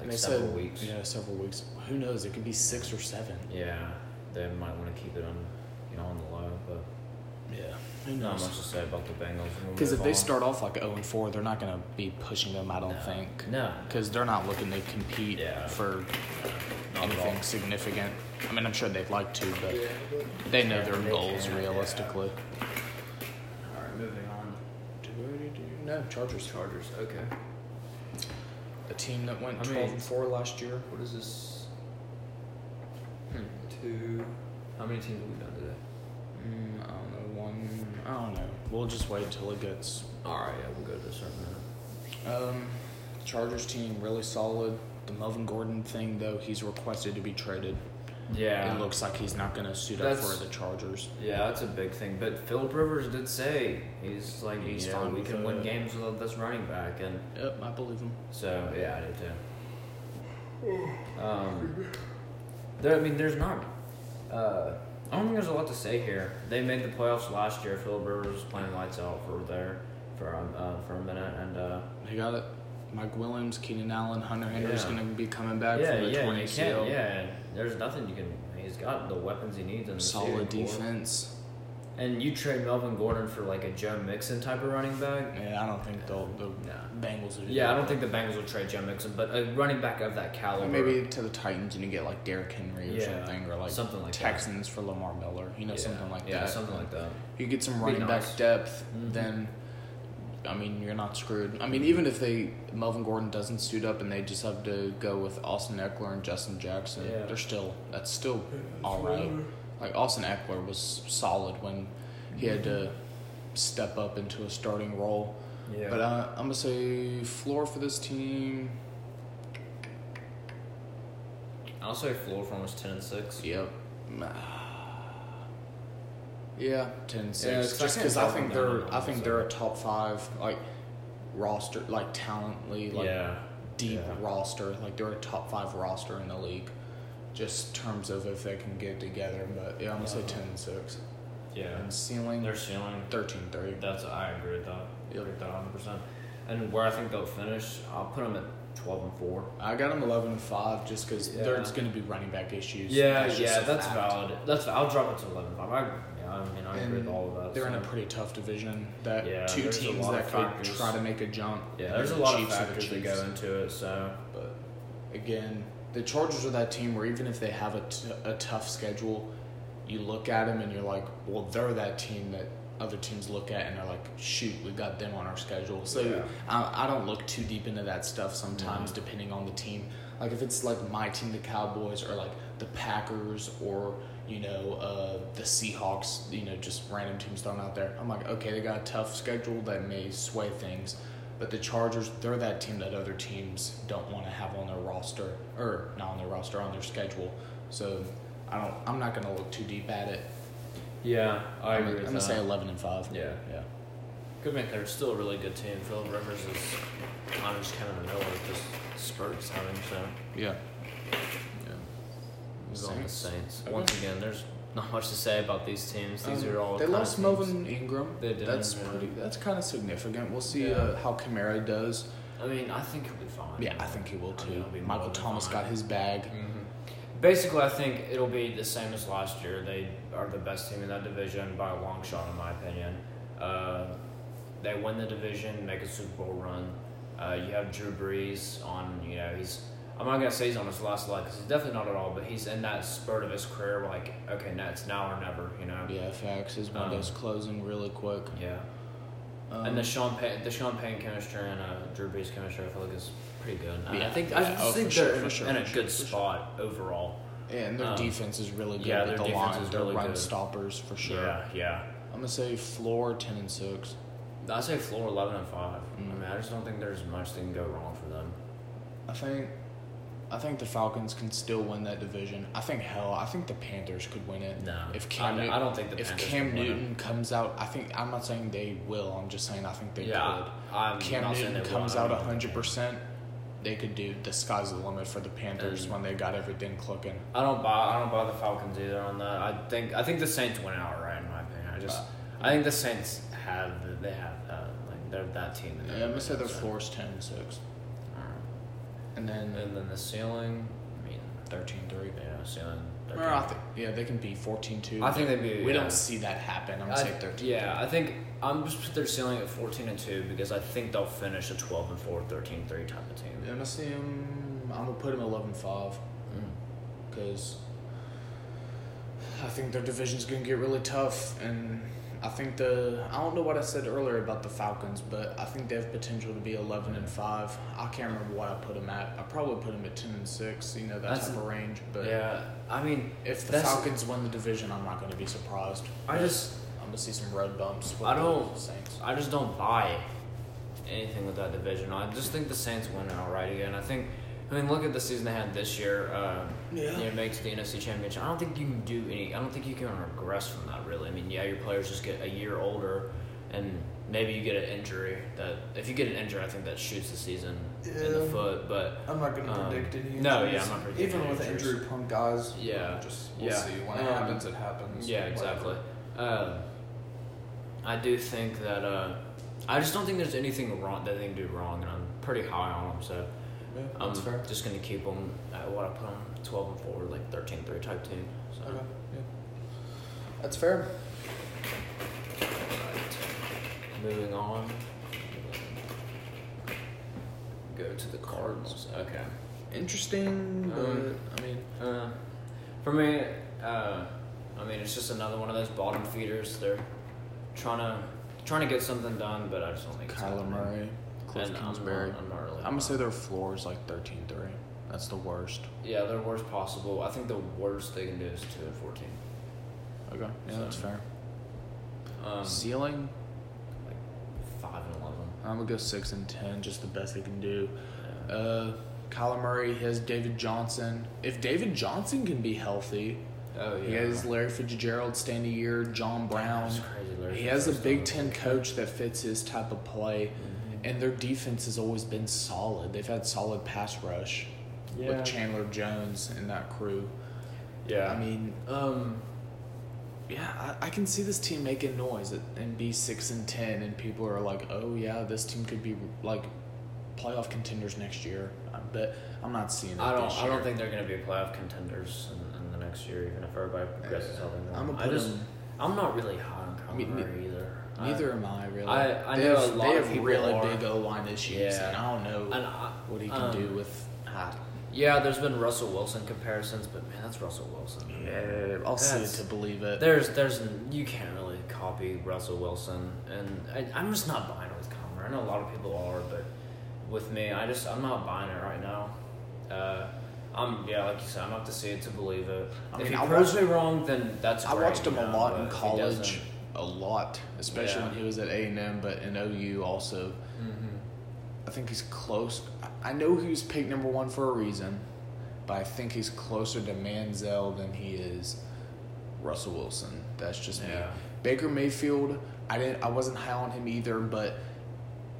[SPEAKER 2] like
[SPEAKER 1] they
[SPEAKER 2] several
[SPEAKER 1] said,
[SPEAKER 2] weeks.
[SPEAKER 1] Yeah, several weeks. Who knows? It could be six or seven.
[SPEAKER 2] Yeah, they might want to keep it on, you know, on the low, but
[SPEAKER 1] Yeah. Who
[SPEAKER 2] not
[SPEAKER 1] knows?
[SPEAKER 2] much to say about the Bengals. We'll
[SPEAKER 1] Because
[SPEAKER 2] move
[SPEAKER 1] if they
[SPEAKER 2] on.
[SPEAKER 1] start off like 0 and 4, they're not going to be pushing them, I don't
[SPEAKER 2] no.
[SPEAKER 1] think.
[SPEAKER 2] no,
[SPEAKER 1] Because they're not looking to compete
[SPEAKER 2] Yeah.
[SPEAKER 1] for
[SPEAKER 2] not at all.
[SPEAKER 1] anything significant. I mean, I'm sure they'd like to, but
[SPEAKER 2] Yeah.
[SPEAKER 1] they know their
[SPEAKER 2] they
[SPEAKER 1] goals
[SPEAKER 2] can, yeah.
[SPEAKER 1] realistically.
[SPEAKER 2] All right, moving on.
[SPEAKER 1] No, Chargers.
[SPEAKER 2] Chargers. Okay.
[SPEAKER 1] A team that went
[SPEAKER 2] I
[SPEAKER 1] 12
[SPEAKER 2] mean-
[SPEAKER 1] and 4 last year.
[SPEAKER 2] What is this? Hmm. Two. How many teams have we done today?
[SPEAKER 1] Mm, I don't know. One. I don't know. We'll just wait till it gets
[SPEAKER 2] All right, yeah, we'll go to this right now.
[SPEAKER 1] Um, Chargers team really solid. The Melvin Gordon thing though, he's requested to be traded.
[SPEAKER 2] Yeah,
[SPEAKER 1] It looks like he's not going to suit up
[SPEAKER 2] That's-
[SPEAKER 1] for the Chargers.
[SPEAKER 2] yeah, that's a big thing. But Philip Rivers did say he's like,
[SPEAKER 1] He's
[SPEAKER 2] yeah,
[SPEAKER 1] fine
[SPEAKER 2] we
[SPEAKER 1] with
[SPEAKER 2] can
[SPEAKER 1] it.
[SPEAKER 2] win games without this running back, and
[SPEAKER 1] Yep, I believe him.
[SPEAKER 2] so yeah, I did too. Um, there, I mean, there's not. Uh, I don't think there's a lot to say here. They made the playoffs last year. Philip Rivers was playing lights out for there for um, uh, for a minute, and uh,
[SPEAKER 1] They got it. Mike Williams, Keenan Allen, Hunter Henry's
[SPEAKER 2] Yeah.
[SPEAKER 1] going to be coming back
[SPEAKER 2] yeah,
[SPEAKER 1] from the
[SPEAKER 2] yeah,
[SPEAKER 1] 20
[SPEAKER 2] you
[SPEAKER 1] ACL.
[SPEAKER 2] can, yeah. There's nothing you can. He's got the weapons he needs in the receiving
[SPEAKER 1] Solid
[SPEAKER 2] core.
[SPEAKER 1] defense.
[SPEAKER 2] And you trade Melvin Gordon for like a Joe Mixon type of running back?
[SPEAKER 1] Yeah, I don't think they'll, the
[SPEAKER 2] Nah.
[SPEAKER 1] Bengals will do
[SPEAKER 2] Yeah, I
[SPEAKER 1] that.
[SPEAKER 2] don't think the Bengals will trade Joe Mixon, but a running back of that
[SPEAKER 1] Or
[SPEAKER 2] caliber.
[SPEAKER 1] maybe to the Titans and you get like Derrick Henry or
[SPEAKER 2] Yeah,
[SPEAKER 1] something, or like
[SPEAKER 2] something like that.
[SPEAKER 1] Texans for Lamar Miller, you know,
[SPEAKER 2] Yeah,
[SPEAKER 1] something like
[SPEAKER 2] yeah,
[SPEAKER 1] that.
[SPEAKER 2] something like that.
[SPEAKER 1] you get some running
[SPEAKER 2] nice.
[SPEAKER 1] back depth,
[SPEAKER 2] Mhm.
[SPEAKER 1] then I mean you're not screwed. I mean even if they Melvin Gordon doesn't suit up and they just have to go with Austin Eckler and Justin Jackson,
[SPEAKER 2] Yeah.
[SPEAKER 1] they're still that's still all right. Like Austin Eckler was solid when he had to step up into a starting role.
[SPEAKER 2] Yeah.
[SPEAKER 1] But uh, I'm gonna say floor for this team.
[SPEAKER 2] I'll say floor for almost 10 and 6.
[SPEAKER 1] Yep. Yeah, 10 6.
[SPEAKER 2] Yeah, 'cause I
[SPEAKER 1] just
[SPEAKER 2] can't
[SPEAKER 1] because I
[SPEAKER 2] tell
[SPEAKER 1] think
[SPEAKER 2] from that
[SPEAKER 1] they're
[SPEAKER 2] one,
[SPEAKER 1] I think
[SPEAKER 2] so.
[SPEAKER 1] they're a top five like roster, like talently, like
[SPEAKER 2] yeah.
[SPEAKER 1] deep
[SPEAKER 2] yeah.
[SPEAKER 1] roster. Like they're a top five roster in the league, just terms of if they can get together. But yeah, I'm gonna say
[SPEAKER 2] Uh-huh.
[SPEAKER 1] 10 6.
[SPEAKER 2] Yeah.
[SPEAKER 1] And ceiling
[SPEAKER 2] Their ceiling,
[SPEAKER 1] 13 3.
[SPEAKER 2] that's, I agree with that.
[SPEAKER 1] Yep.
[SPEAKER 2] Agree with that 100%. And where I think they'll finish, I'll put them at 12 and 4.
[SPEAKER 1] I got them 11 and 5 just because
[SPEAKER 2] Yeah.
[SPEAKER 1] there's going to be running back issues.
[SPEAKER 2] Yeah,
[SPEAKER 1] That's just
[SPEAKER 2] yeah,
[SPEAKER 1] a
[SPEAKER 2] that's
[SPEAKER 1] fact.
[SPEAKER 2] valid. That's I'll drop it to 11 5. I, yeah, I mean, I agree
[SPEAKER 1] And
[SPEAKER 2] with all of that.
[SPEAKER 1] They're in a
[SPEAKER 2] so.
[SPEAKER 1] pretty tough division. That
[SPEAKER 2] Yeah,
[SPEAKER 1] two
[SPEAKER 2] there's a
[SPEAKER 1] teams
[SPEAKER 2] lot
[SPEAKER 1] that
[SPEAKER 2] of
[SPEAKER 1] could
[SPEAKER 2] factors.
[SPEAKER 1] try to make a jump.
[SPEAKER 2] Yeah, there's a
[SPEAKER 1] The
[SPEAKER 2] lot
[SPEAKER 1] Chiefs
[SPEAKER 2] of
[SPEAKER 1] are the
[SPEAKER 2] factors that
[SPEAKER 1] Chiefs.
[SPEAKER 2] go into it. So
[SPEAKER 1] But again, the Chargers are that team where even if they have a, t- a tough schedule, you look at them and you're like, well, they're that team that other teams look at and they're like, shoot, we got them on our schedule. So
[SPEAKER 2] Yeah.
[SPEAKER 1] I, I don't look too deep into that stuff sometimes,
[SPEAKER 2] Mm-hmm.
[SPEAKER 1] depending on the team. Like if it's like my team, the Cowboys, or like the Packers, or you know uh, the Seahawks, you know just random teams thrown out there. I'm like, okay, they got a tough schedule that may sway things, but the Chargers, they're that team that other teams don't want to have on their roster, or not on their roster, on their schedule. So I don't, I'm not gonna look too deep at it.
[SPEAKER 2] yeah, I
[SPEAKER 1] I'm, gonna-
[SPEAKER 2] agree
[SPEAKER 1] I'm
[SPEAKER 2] with
[SPEAKER 1] gonna
[SPEAKER 2] that.
[SPEAKER 1] say 11 and five.
[SPEAKER 2] yeah,
[SPEAKER 1] yeah.
[SPEAKER 2] good man. They're still a really good team. Philip Rivers is kind of just kind of nowhere, just spurts having so.
[SPEAKER 1] Yeah. Yeah.
[SPEAKER 2] He's on the Saints
[SPEAKER 1] Okay.
[SPEAKER 2] once again. There's not much to say about these teams. These
[SPEAKER 1] Um,
[SPEAKER 2] are all
[SPEAKER 1] They
[SPEAKER 2] kinda
[SPEAKER 1] lost
[SPEAKER 2] teams-
[SPEAKER 1] Melvin Ingram.
[SPEAKER 2] They did,
[SPEAKER 1] That's
[SPEAKER 2] yeah.
[SPEAKER 1] pretty. That's kind of significant. We'll see
[SPEAKER 2] Yeah.
[SPEAKER 1] uh, how Kamara does.
[SPEAKER 2] I mean, I think he'll be fine.
[SPEAKER 1] Yeah, I think he will
[SPEAKER 2] I mean,
[SPEAKER 1] too.
[SPEAKER 2] Oh, it'll be
[SPEAKER 1] Michael
[SPEAKER 2] more than
[SPEAKER 1] Thomas
[SPEAKER 2] fine.
[SPEAKER 1] got his bag.
[SPEAKER 2] Mm-hmm. Basically, I think it'll be the same as last year. They are the best team in that division by a long shot, in my opinion. Uh, they win the division, make a Super Bowl run. Uh, you have Drew Brees on, you know, he's. I'm not gonna say he's on his last leg because he's definitely not at all, but he's in that spurt of his career. Where like, okay, now it's now or never, you know.
[SPEAKER 1] Yeah, facts. His window's closing really quick.
[SPEAKER 2] Yeah.
[SPEAKER 1] Um,
[SPEAKER 2] Um, and the Sean Payne, the Sean Payne chemistry and uh, Drew Brees chemistry, I feel like is pretty good. And I
[SPEAKER 1] Yeah.
[SPEAKER 2] think I
[SPEAKER 1] Yeah.
[SPEAKER 2] just
[SPEAKER 1] Oh,
[SPEAKER 2] think
[SPEAKER 1] for sure,
[SPEAKER 2] they're in,
[SPEAKER 1] for sure,
[SPEAKER 2] in a
[SPEAKER 1] for sure,
[SPEAKER 2] good
[SPEAKER 1] for sure.
[SPEAKER 2] spot overall.
[SPEAKER 1] and their
[SPEAKER 2] um,
[SPEAKER 1] defense is really good.
[SPEAKER 2] yeah,
[SPEAKER 1] with
[SPEAKER 2] their
[SPEAKER 1] the
[SPEAKER 2] defense
[SPEAKER 1] line.
[SPEAKER 2] is
[SPEAKER 1] They're
[SPEAKER 2] really
[SPEAKER 1] run
[SPEAKER 2] good.
[SPEAKER 1] stoppers for sure.
[SPEAKER 2] Yeah, yeah.
[SPEAKER 1] I'm gonna say floor ten and six.
[SPEAKER 2] I say floor eleven and five. I
[SPEAKER 1] Mm.
[SPEAKER 2] mean, I just don't think there's much that can go wrong for them.
[SPEAKER 1] I think I think the Falcons can still win that division. I think hell, I think the Panthers could win it.
[SPEAKER 2] No.
[SPEAKER 1] if Cam,
[SPEAKER 2] I- I
[SPEAKER 1] Newton,
[SPEAKER 2] don't think the
[SPEAKER 1] if
[SPEAKER 2] Panthers
[SPEAKER 1] Cam
[SPEAKER 2] can win it.
[SPEAKER 1] Newton comes out, I think I'm not saying they will. I'm just saying I think they
[SPEAKER 2] Yeah, I'm
[SPEAKER 1] could. Cam
[SPEAKER 2] not saying
[SPEAKER 1] Newton
[SPEAKER 2] they will,
[SPEAKER 1] comes
[SPEAKER 2] I
[SPEAKER 1] out
[SPEAKER 2] don't think they
[SPEAKER 1] hundred percent. They could do the sky's the limit for the Panthers
[SPEAKER 2] And-
[SPEAKER 1] when they got everything clicking.
[SPEAKER 2] I don't buy. I don't buy the Falcons either on that. I think. I think the Saints went outright in my opinion. I just. I think the Saints have. the- They have. Uh, like they're that team. that
[SPEAKER 1] Yeah, I'm gonna say their floor's 10 and 6. And then
[SPEAKER 2] And then the ceiling. I mean,
[SPEAKER 1] 13 3.
[SPEAKER 2] yeah, ceiling.
[SPEAKER 1] Or
[SPEAKER 2] 13.
[SPEAKER 1] I think, yeah, they can be 14 2.
[SPEAKER 2] I think they'd be.
[SPEAKER 1] we
[SPEAKER 2] yeah.
[SPEAKER 1] don't see that happen. I'm
[SPEAKER 2] I-
[SPEAKER 1] going to say 13.
[SPEAKER 2] yeah, I think I'm just put their ceiling at 14 and 2 because I think they'll finish a 12 and 4, 13 and 3 type of team.
[SPEAKER 1] I'm going to see them. I'm going to put them 11 5
[SPEAKER 2] Mm.
[SPEAKER 1] because I think their division's going to get really tough. And I think the. I don't know what I said earlier about the Falcons, but I think they have potential to be 11 and 5. I can't remember what I put them at. I probably put them at 10 and 6, you know, that
[SPEAKER 2] That's
[SPEAKER 1] type
[SPEAKER 2] a-
[SPEAKER 1] of range. But
[SPEAKER 2] Yeah, I mean,
[SPEAKER 1] If the
[SPEAKER 2] That's-
[SPEAKER 1] Falcons win the division, I'm not going to be surprised.
[SPEAKER 2] I just
[SPEAKER 1] I'm going to see some red bumps. With
[SPEAKER 2] I don't-
[SPEAKER 1] The Saints.
[SPEAKER 2] I just don't buy anything with that division. I just think the Saints win it outright again. I think, I mean, look at the season they had this year. Uh,
[SPEAKER 1] Yeah.
[SPEAKER 2] You know, makes the NFC Championship. I don't think you can do any. I don't think you can regress from that really. I mean, yeah, your players just get a year older, and maybe you get an injury. That if you get an injury, I think that shoots the season in the
[SPEAKER 1] Yeah.
[SPEAKER 2] foot. But
[SPEAKER 1] I'm not going
[SPEAKER 2] Um, no, yeah, I'm not predicting any injuries.
[SPEAKER 1] prone guys.
[SPEAKER 2] Yeah.
[SPEAKER 1] Just
[SPEAKER 2] Yeah. Um,
[SPEAKER 1] it happens.
[SPEAKER 2] Yeah, exactly. Um, I do think that uh, I just don't think there's anything wrong that they can do wrong, and I'm pretty high on them. So
[SPEAKER 1] Yeah,
[SPEAKER 2] I'm
[SPEAKER 1] that's fair.
[SPEAKER 2] just gonna keep them at what I put them, twelve and four, like 13-3 type team. So.
[SPEAKER 1] Okay. Yeah. That's fair.
[SPEAKER 2] Moving on. Go to the Cardinals. Okay.
[SPEAKER 1] Interesting, but
[SPEAKER 2] Um,
[SPEAKER 1] I mean,
[SPEAKER 2] Uh, for me, uh, I mean, it's just another one of those bottom feeders. They're trying to trying to get something done, but I just don't think it's
[SPEAKER 1] Kyler
[SPEAKER 2] happening.
[SPEAKER 1] Murray, Cliff
[SPEAKER 2] And I'm not-
[SPEAKER 1] Kingsbury.
[SPEAKER 2] I'm not really.
[SPEAKER 1] I'm gonna say their floor is like 13-3. That's the worst.
[SPEAKER 2] yeah, they're worst possible. I think the worst they can do is two and fourteen.
[SPEAKER 1] Okay, yeah, that's
[SPEAKER 2] So-
[SPEAKER 1] fair.
[SPEAKER 2] Um,
[SPEAKER 1] Ceiling,
[SPEAKER 2] like five and eleven.
[SPEAKER 1] I'm gonna go six and ten, just the best they can do.
[SPEAKER 2] Yeah.
[SPEAKER 1] Uh, Kyler Murray has David Johnson. If David Johnson can be healthy,
[SPEAKER 2] Oh yeah.
[SPEAKER 1] he has Larry Fitzgerald staying a year, John Brown.
[SPEAKER 2] That's crazy, Larry
[SPEAKER 1] He has a
[SPEAKER 2] Fitzgerald's
[SPEAKER 1] Big
[SPEAKER 2] done
[SPEAKER 1] Ten coach that fits his type of play, and their defense has always been solid. They've had solid pass rush
[SPEAKER 2] Yeah.
[SPEAKER 1] with Chandler Jones and that crew.
[SPEAKER 2] Yeah.
[SPEAKER 1] I mean,
[SPEAKER 2] um,
[SPEAKER 1] yeah, I, I can see this team making noise and- and be six and ten, and people are like, "Oh yeah, this team could be like playoff contenders next year." I bet I'm not seeing. It
[SPEAKER 2] I don't.
[SPEAKER 1] This
[SPEAKER 2] I
[SPEAKER 1] year.
[SPEAKER 2] don't think they're going to be playoff contenders in, in the next year, even if everybody progresses all they want.
[SPEAKER 1] Uh, I'm gonna
[SPEAKER 2] I
[SPEAKER 1] put
[SPEAKER 2] just.
[SPEAKER 1] 'em-
[SPEAKER 2] I'm not really high on Kyler
[SPEAKER 1] I mean, ne-
[SPEAKER 2] Murray either.
[SPEAKER 1] Neither am I really.
[SPEAKER 2] I- I
[SPEAKER 1] they
[SPEAKER 2] know
[SPEAKER 1] have,
[SPEAKER 2] a lot
[SPEAKER 1] they
[SPEAKER 2] of
[SPEAKER 1] have
[SPEAKER 2] people
[SPEAKER 1] really
[SPEAKER 2] are.
[SPEAKER 1] big O line issues,
[SPEAKER 2] Yeah.
[SPEAKER 1] and I don't
[SPEAKER 2] I,
[SPEAKER 1] know
[SPEAKER 2] and I,
[SPEAKER 1] what he can
[SPEAKER 2] um,
[SPEAKER 1] do with. I,
[SPEAKER 2] Yeah, there's been Russell Wilson comparisons, but man, that's Russell Wilson.
[SPEAKER 1] I'll see it
[SPEAKER 2] That's-
[SPEAKER 1] to believe it.
[SPEAKER 2] There's, there's, you can't really copy Russell Wilson, and I, I'm just not buying it with Kyler. Murray. I know a lot of people are, but with me, I just, I'm not buying it right now. Uh, I'm, yeah, like you said, I'm up to see it to believe it.
[SPEAKER 1] I
[SPEAKER 2] if
[SPEAKER 1] mean,
[SPEAKER 2] he
[SPEAKER 1] I
[SPEAKER 2] proves
[SPEAKER 1] watched-
[SPEAKER 2] me wrong, then that's.
[SPEAKER 1] I
[SPEAKER 2] great,
[SPEAKER 1] watched him
[SPEAKER 2] you
[SPEAKER 1] a
[SPEAKER 2] know,
[SPEAKER 1] lot
[SPEAKER 2] but
[SPEAKER 1] in
[SPEAKER 2] if he
[SPEAKER 1] college,
[SPEAKER 2] doesn't-
[SPEAKER 1] a lot, especially
[SPEAKER 2] Yeah.
[SPEAKER 1] when he was at A and M, but in OU also.
[SPEAKER 2] Mm-hmm.
[SPEAKER 1] I think he's close. I- I know he was picked number one for a reason, but I think he's closer to Manziel than he is Russell Wilson. That's just me.
[SPEAKER 2] Yeah.
[SPEAKER 1] Baker Mayfield, I didn't. I wasn't high on him either, but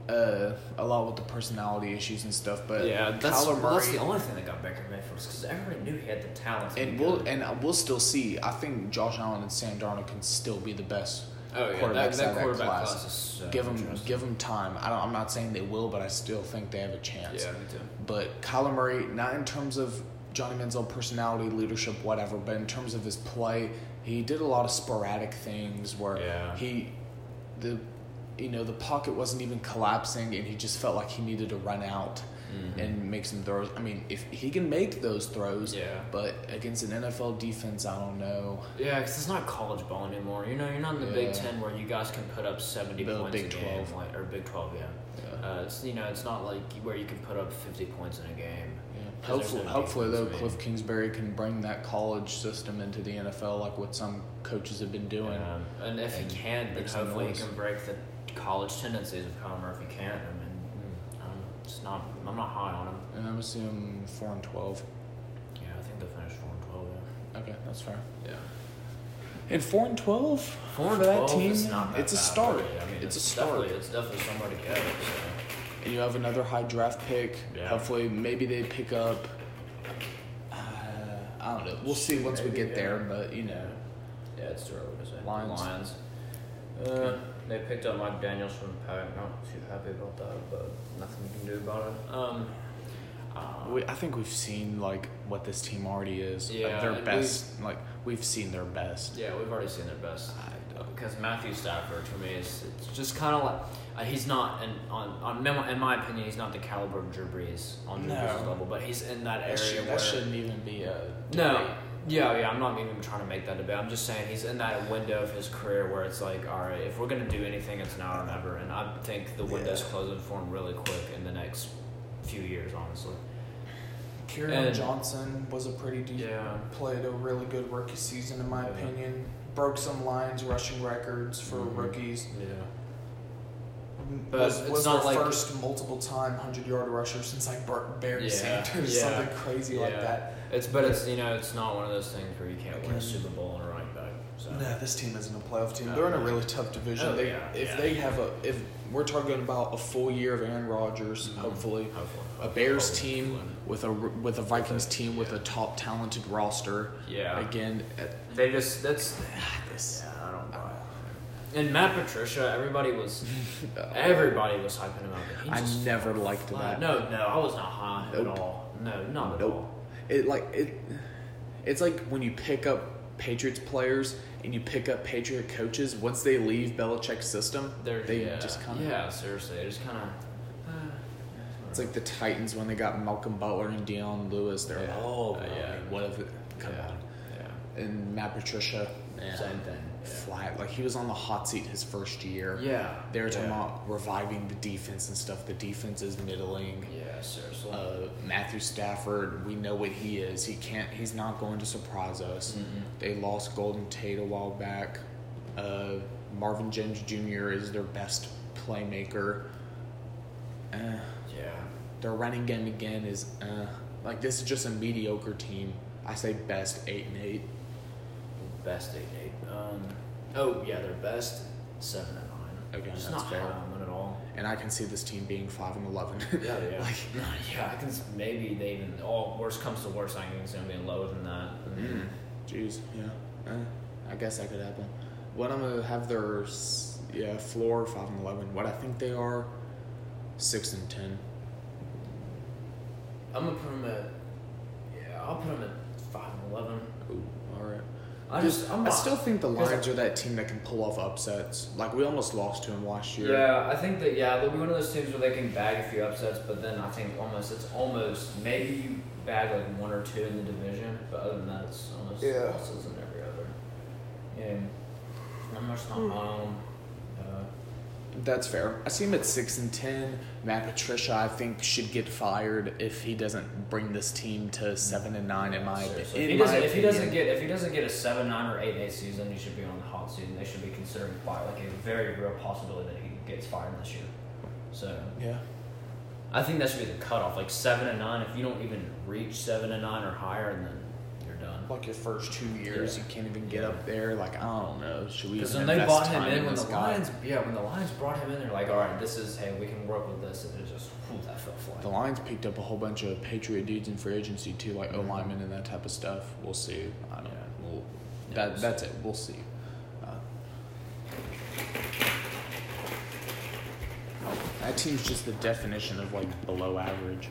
[SPEAKER 1] uh, a lot with the personality issues and stuff. But
[SPEAKER 2] Yeah, that's,
[SPEAKER 1] Kyler
[SPEAKER 2] that's the
[SPEAKER 1] Murray,
[SPEAKER 2] only thing that got Baker Mayfield because everybody knew he had the talent. to
[SPEAKER 1] and
[SPEAKER 2] be
[SPEAKER 1] we'll
[SPEAKER 2] good.
[SPEAKER 1] and we'll still see. I think Josh Allen and Sam Darnold can still be the best.
[SPEAKER 2] oh yeah, that,
[SPEAKER 1] quarterbacks out
[SPEAKER 2] that
[SPEAKER 1] of that
[SPEAKER 2] quarterback
[SPEAKER 1] class.
[SPEAKER 2] class. is so
[SPEAKER 1] give them
[SPEAKER 2] interesting.
[SPEAKER 1] give them time. I don't, I'm not saying they will, but I still think they have a chance.
[SPEAKER 2] yeah, me too.
[SPEAKER 1] But Kyler Murray, not in terms of Johnny Manziel personality, leadership, whatever, but in terms of his play, he did a lot of sporadic things where
[SPEAKER 2] Yeah.
[SPEAKER 1] he the you know the pocket wasn't even collapsing, and he just felt like he needed to run out
[SPEAKER 2] Mm-hmm.
[SPEAKER 1] and make some throws. I mean, if he can make those throws,
[SPEAKER 2] Yeah.
[SPEAKER 1] But against an NFL defense, I don't know.
[SPEAKER 2] Yeah, because it's not college ball anymore. You know, you're not in the
[SPEAKER 1] Yeah.
[SPEAKER 2] Big Ten where you guys can put up seventy
[SPEAKER 1] The
[SPEAKER 2] points
[SPEAKER 1] Big
[SPEAKER 2] a game,
[SPEAKER 1] 12.
[SPEAKER 2] like, or Big Twelve, yeah.
[SPEAKER 1] Yeah.
[SPEAKER 2] Uh, it's you know, it's not like where you can put up fifty points in a game.
[SPEAKER 1] Yeah.
[SPEAKER 2] 'Cause
[SPEAKER 1] Hopefully,
[SPEAKER 2] there's no
[SPEAKER 1] hopefully though,
[SPEAKER 2] defense, I mean.
[SPEAKER 1] Cliff Kingsbury can bring that college system into the NFL, like what some coaches have been doing.
[SPEAKER 2] Um, and if
[SPEAKER 1] And
[SPEAKER 2] he can, then
[SPEAKER 1] make some
[SPEAKER 2] hopefully he
[SPEAKER 1] noise.
[SPEAKER 2] can break the college tendencies of Homer. If he can't, I mean, I don't know, um, it's not. I'm not high on him.
[SPEAKER 1] And I'm gonna assume four and twelve.
[SPEAKER 2] Yeah, I think they finished four and twelve.
[SPEAKER 1] Okay, that's fair.
[SPEAKER 2] Yeah.
[SPEAKER 1] And four and twelve
[SPEAKER 2] Four
[SPEAKER 1] for
[SPEAKER 2] and
[SPEAKER 1] that
[SPEAKER 2] twelve
[SPEAKER 1] team,
[SPEAKER 2] is not that
[SPEAKER 1] it's a
[SPEAKER 2] bad,
[SPEAKER 1] start.
[SPEAKER 2] really. I mean,
[SPEAKER 1] it's, a start.
[SPEAKER 2] definitely- It's definitely somewhere to go. So.
[SPEAKER 1] And you have another high draft pick.
[SPEAKER 2] Yeah.
[SPEAKER 1] Hopefully, maybe they pick up. Uh, I don't know. We'll see once we
[SPEAKER 2] Maybe,
[SPEAKER 1] get there.
[SPEAKER 2] yeah.
[SPEAKER 1] But you know,
[SPEAKER 2] Yeah, it's too early to say.
[SPEAKER 1] Lions.
[SPEAKER 2] Lions. Uh, they picked up Mike Daniels from Pack. Not too happy about that, but nothing you can do about it. Um, uh,
[SPEAKER 1] we, I think we've seen like what this team already is. Like,
[SPEAKER 2] Yeah,
[SPEAKER 1] their
[SPEAKER 2] and
[SPEAKER 1] best. like we've seen their best.
[SPEAKER 2] yeah, we've already seen their best.
[SPEAKER 1] I don't-
[SPEAKER 2] Because Matthew Stafford, for me, is it's just kind of like uh, he's not, in, on on memo- in my opinion, he's not the caliber of Drew Brees on Drew
[SPEAKER 1] No.
[SPEAKER 2] Brees' level, but he's in that area
[SPEAKER 1] That, should,
[SPEAKER 2] where
[SPEAKER 1] that shouldn't even be a
[SPEAKER 2] No. Yeah, yeah, I'm not even trying to make that debate. I'm just saying he's in that window of his career where it's like, all right, if we're going to do anything, it's now or never. And I think the window's closing for him really quick in the next few years, honestly.
[SPEAKER 1] Kieran
[SPEAKER 2] And-
[SPEAKER 1] Johnson was a pretty decent,
[SPEAKER 2] Yeah.
[SPEAKER 1] played a really good rookie season in my
[SPEAKER 2] Yeah.
[SPEAKER 1] opinion. Broke some Lions rushing records for
[SPEAKER 2] Mhm.
[SPEAKER 1] rookies.
[SPEAKER 2] Yeah. But
[SPEAKER 1] was
[SPEAKER 2] it's
[SPEAKER 1] was
[SPEAKER 2] not
[SPEAKER 1] their
[SPEAKER 2] like-
[SPEAKER 1] first multiple time hundred yard rusher since like Bar- Barry
[SPEAKER 2] Yeah,
[SPEAKER 1] Sanders,
[SPEAKER 2] yeah,
[SPEAKER 1] something crazy like
[SPEAKER 2] yeah.
[SPEAKER 1] that.
[SPEAKER 2] It's but it's you know it's not one of those things where you can't win
[SPEAKER 1] Again.
[SPEAKER 2] a Super Bowl and a running back. So
[SPEAKER 1] No, this team isn't a playoff team.
[SPEAKER 2] No,
[SPEAKER 1] They're in a
[SPEAKER 2] no.
[SPEAKER 1] really tough division.
[SPEAKER 2] Oh,
[SPEAKER 1] they,
[SPEAKER 2] yeah,
[SPEAKER 1] if
[SPEAKER 2] yeah.
[SPEAKER 1] they have a if we're talking about a full year of Aaron Rodgers,
[SPEAKER 2] Mhm.
[SPEAKER 1] hopefully.
[SPEAKER 2] hopefully
[SPEAKER 1] A Bears
[SPEAKER 2] Hopefully.
[SPEAKER 1] team with a with a Vikings team with a top talented roster.
[SPEAKER 2] Yeah.
[SPEAKER 1] Again, at
[SPEAKER 2] They just that's
[SPEAKER 1] this.
[SPEAKER 2] I don't buy it. And Matt Patricia, everybody was everybody was hyping him up. and he
[SPEAKER 1] uh, I
[SPEAKER 2] just
[SPEAKER 1] never liked
[SPEAKER 2] Like,
[SPEAKER 1] that.
[SPEAKER 2] No, no, I was not high
[SPEAKER 1] Nope.
[SPEAKER 2] at all. No, not at
[SPEAKER 1] Nope.
[SPEAKER 2] all.
[SPEAKER 1] It like it. It's like when you pick up Patriots players and you pick up Patriot coaches. Once they leave Belichick's system,
[SPEAKER 2] They're,
[SPEAKER 1] they
[SPEAKER 2] yeah,
[SPEAKER 1] just kind of.
[SPEAKER 2] yeah, seriously, they just uh, kind of.
[SPEAKER 1] It's like the Titans when they got Malcolm Butler and Deion Lewis. They're
[SPEAKER 2] Yeah.
[SPEAKER 1] like, oh,
[SPEAKER 2] Uh,
[SPEAKER 1] well,
[SPEAKER 2] yeah.
[SPEAKER 1] I mean, what if it? Come
[SPEAKER 2] yeah,
[SPEAKER 1] on. And Matt Patricia,
[SPEAKER 2] yeah, same thing.
[SPEAKER 1] flat. Like he was on the hot seat his first year.
[SPEAKER 2] Yeah, yeah.
[SPEAKER 1] They were talking
[SPEAKER 2] yeah.
[SPEAKER 1] about reviving the defense and stuff. The defense is middling.
[SPEAKER 2] Yeah, seriously.
[SPEAKER 1] uh, Matthew Stafford, we know what he is. He can't. He's not going to surprise us. They lost Golden Tate a while back. Uh, Marvin James Jr. is their best playmaker. Uh,
[SPEAKER 2] yeah,
[SPEAKER 1] their running game again is uh, like this is just a mediocre team. I say best eight and eight.
[SPEAKER 2] best eight and eight. Um, oh yeah, their best seven and nine.
[SPEAKER 1] Okay,
[SPEAKER 2] it's
[SPEAKER 1] that's
[SPEAKER 2] not
[SPEAKER 1] fair.
[SPEAKER 2] high on them at all.
[SPEAKER 1] [laughs] and I can see this team being five and eleven. [laughs]
[SPEAKER 2] Yeah, yeah.
[SPEAKER 1] like
[SPEAKER 2] yeah, I can s- maybe they even. Oh, worst comes to worst, I think it's gonna be lower than that.
[SPEAKER 1] Mm. Jeez, yeah. Eh, I guess that could happen. What I'm gonna have their s- yeah floor five and eleven. What I think they are, six and ten.
[SPEAKER 2] I'm gonna put them at. Yeah, I'll put them at five and eleven.
[SPEAKER 1] Ooh, all right.
[SPEAKER 2] I just, I'm
[SPEAKER 1] I
[SPEAKER 2] not-
[SPEAKER 1] still think the
[SPEAKER 2] Because-
[SPEAKER 1] Lions are that team that can pull off upsets. Like we almost lost to them last year.
[SPEAKER 2] Yeah, I think that yeah, they'll be one of those teams where they can bag a few upsets, but then I think almost it's almost maybe you bag like one or two in the division, but other than that, it's almost
[SPEAKER 1] Yeah.
[SPEAKER 2] losses in every other. Yeah, I'm much not home. Uh,
[SPEAKER 1] That's fair. I see him at six and ten. Matt Patricia, I think, should get fired if he doesn't bring this team to seven and nine. In my,
[SPEAKER 2] seriously.
[SPEAKER 1] in
[SPEAKER 2] if, he
[SPEAKER 1] my
[SPEAKER 2] doesn't, if he doesn't
[SPEAKER 1] opinion.
[SPEAKER 2] get if he doesn't get a seven nine or eight eight season, he should be on the hot seat, and they should be considering fire like a very real possibility that he gets fired this year. So
[SPEAKER 1] yeah,
[SPEAKER 2] I think that should be the cutoff, like seven and nine. If you don't even reach seven and nine or higher, then you're done.
[SPEAKER 1] like your first two years,
[SPEAKER 2] Yeah.
[SPEAKER 1] you can't even get
[SPEAKER 2] Yeah.
[SPEAKER 1] up there. Like I don't know, should we?
[SPEAKER 2] Because
[SPEAKER 1] even
[SPEAKER 2] when they
[SPEAKER 1] invest
[SPEAKER 2] bought him
[SPEAKER 1] time
[SPEAKER 2] in, when
[SPEAKER 1] this
[SPEAKER 2] the
[SPEAKER 1] guy?
[SPEAKER 2] Lions, yeah, when the Lions brought him in, they're like, all right, this is hey, we can work with this, and it just whew, that fell
[SPEAKER 1] the
[SPEAKER 2] flat.
[SPEAKER 1] Lions picked up a whole bunch of Patriot dudes in free agency too, like O linemen and that type of stuff. We'll see. I don't. know.
[SPEAKER 2] Yeah.
[SPEAKER 1] We'll,
[SPEAKER 2] Yeah,
[SPEAKER 1] that
[SPEAKER 2] we'll
[SPEAKER 1] that's it. We'll see. Uh, that team's just the definition of like below average.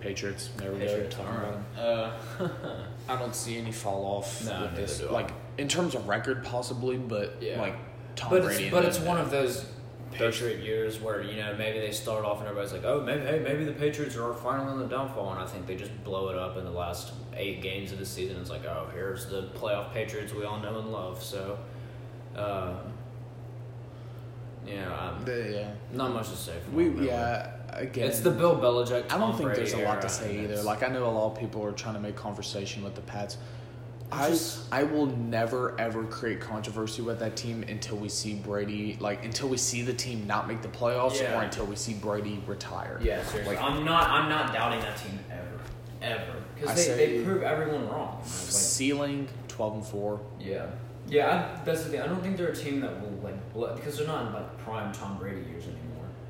[SPEAKER 1] Patriots. There we
[SPEAKER 2] Patriots,
[SPEAKER 1] go.
[SPEAKER 2] all
[SPEAKER 1] Talking about 'em.
[SPEAKER 2] right. Uh,
[SPEAKER 1] I don't see any fall off
[SPEAKER 2] No,
[SPEAKER 1] with
[SPEAKER 2] neither
[SPEAKER 1] this.
[SPEAKER 2] do I.
[SPEAKER 1] Like in terms of record, possibly, but
[SPEAKER 2] Yeah.
[SPEAKER 1] like Tom
[SPEAKER 2] but
[SPEAKER 1] Brady.
[SPEAKER 2] it's,
[SPEAKER 1] and
[SPEAKER 2] but
[SPEAKER 1] them,
[SPEAKER 2] it's one of those Patriot years where you know maybe they start off and everybody's like, oh, maybe hey, maybe the Patriots are finally on the downfall, and I think they just blow it up in the last eight games of the season. It's like, oh, here's the playoff Patriots we all know and love. So, uh, yeah, I'm,
[SPEAKER 1] the, yeah.
[SPEAKER 2] um, not much to say. From them,
[SPEAKER 1] uh, We
[SPEAKER 2] really.
[SPEAKER 1] yeah. Again,
[SPEAKER 2] It's the Bill Belichick.
[SPEAKER 1] I don't
[SPEAKER 2] Tom
[SPEAKER 1] think there's
[SPEAKER 2] Brady
[SPEAKER 1] a lot
[SPEAKER 2] era,
[SPEAKER 1] to say
[SPEAKER 2] and
[SPEAKER 1] either.
[SPEAKER 2] it's-
[SPEAKER 1] Like I know a lot of people are trying to make conversation with the Pats. I, I will never ever create controversy with that team until we see Brady like until we see the team not make the playoffs
[SPEAKER 2] Yeah.
[SPEAKER 1] or until we see Brady retire.
[SPEAKER 2] Yeah, seriously.
[SPEAKER 1] Like-
[SPEAKER 2] I'm not. I'm not doubting that team ever, ever,
[SPEAKER 1] I
[SPEAKER 2] because they,
[SPEAKER 1] say-
[SPEAKER 2] they prove everyone wrong. Like,
[SPEAKER 1] Ceiling twelve and four.
[SPEAKER 2] yeah, yeah. I, that's the thing. I don't think they're a team that will like let, because they're not in like prime Tom Brady years anymore.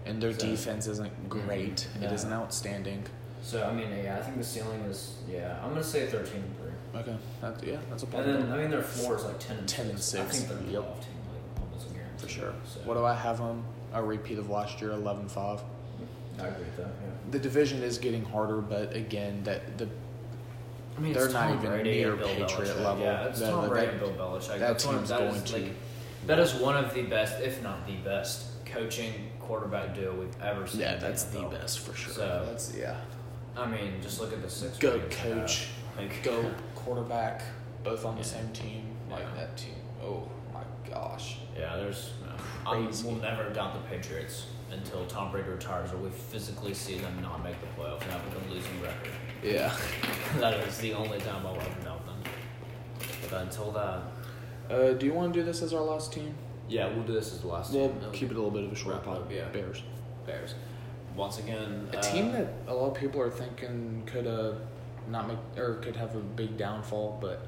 [SPEAKER 1] And their
[SPEAKER 2] So-
[SPEAKER 1] defense
[SPEAKER 2] Mm-hmm.
[SPEAKER 1] isn't great.
[SPEAKER 2] No.
[SPEAKER 1] It isn't outstanding.
[SPEAKER 2] So I mean, yeah, I think the ceiling is yeah. I'm gonna say 13 and three.
[SPEAKER 1] Okay. That, yeah, that's a
[SPEAKER 2] And
[SPEAKER 1] point
[SPEAKER 2] then I mean their floor is like 10 and
[SPEAKER 1] 10 and
[SPEAKER 2] I think they're a
[SPEAKER 1] six,
[SPEAKER 2] playoff
[SPEAKER 1] yep.
[SPEAKER 2] team, like almost a guarantee.
[SPEAKER 1] for sure.
[SPEAKER 2] So,
[SPEAKER 1] What do I have on a repeat of last year? 11-5.
[SPEAKER 2] I agree with that. Yeah.
[SPEAKER 1] The division is getting harder, but again, that the
[SPEAKER 2] I mean,
[SPEAKER 1] They're
[SPEAKER 2] it's
[SPEAKER 1] not
[SPEAKER 2] Tom
[SPEAKER 1] even
[SPEAKER 2] Brady
[SPEAKER 1] near
[SPEAKER 2] and Bill
[SPEAKER 1] Patriot
[SPEAKER 2] Belichick.
[SPEAKER 1] level.
[SPEAKER 2] Yeah, it's
[SPEAKER 1] That-
[SPEAKER 2] Tom
[SPEAKER 1] that-
[SPEAKER 2] Brady and Bill Belichick.
[SPEAKER 1] that
[SPEAKER 2] That's one of-
[SPEAKER 1] team's
[SPEAKER 2] that
[SPEAKER 1] going
[SPEAKER 2] is,
[SPEAKER 1] to-
[SPEAKER 2] like, that is one of the best, if not the best, coaching quarterback duo we've ever seen.
[SPEAKER 1] yeah,
[SPEAKER 2] in the
[SPEAKER 1] that's the
[SPEAKER 2] NFL.
[SPEAKER 1] best for sure.
[SPEAKER 2] So-
[SPEAKER 1] that's yeah.
[SPEAKER 2] I mean, just look at the six.
[SPEAKER 1] Go
[SPEAKER 2] rings they
[SPEAKER 1] coach.
[SPEAKER 2] have. Like,
[SPEAKER 1] Go quarterback. Both on the
[SPEAKER 2] Yeah.
[SPEAKER 1] same team. Like
[SPEAKER 2] Yeah.
[SPEAKER 1] that team. Oh my gosh.
[SPEAKER 2] [laughs] Yeah, there's. uh, I
[SPEAKER 1] Crazy.
[SPEAKER 2] will never doubt the Patriots until Tom Brady retires, or we physically see them not make the playoffs and have a losing record. [laughs]
[SPEAKER 1] Yeah.
[SPEAKER 2] that is the only time I'll ever doubt them. But until that,
[SPEAKER 1] Uh, do you want to do this as our last team?
[SPEAKER 2] yeah, we'll do this as the last.
[SPEAKER 1] We'll
[SPEAKER 2] team.
[SPEAKER 1] keep it a little bit of a short
[SPEAKER 2] Wrap up,
[SPEAKER 1] pod.
[SPEAKER 2] yeah.
[SPEAKER 1] Bears.
[SPEAKER 2] Bears. Once again,
[SPEAKER 1] A
[SPEAKER 2] uh,
[SPEAKER 1] team that a lot of people are thinking could uh not make or could have a big downfall, but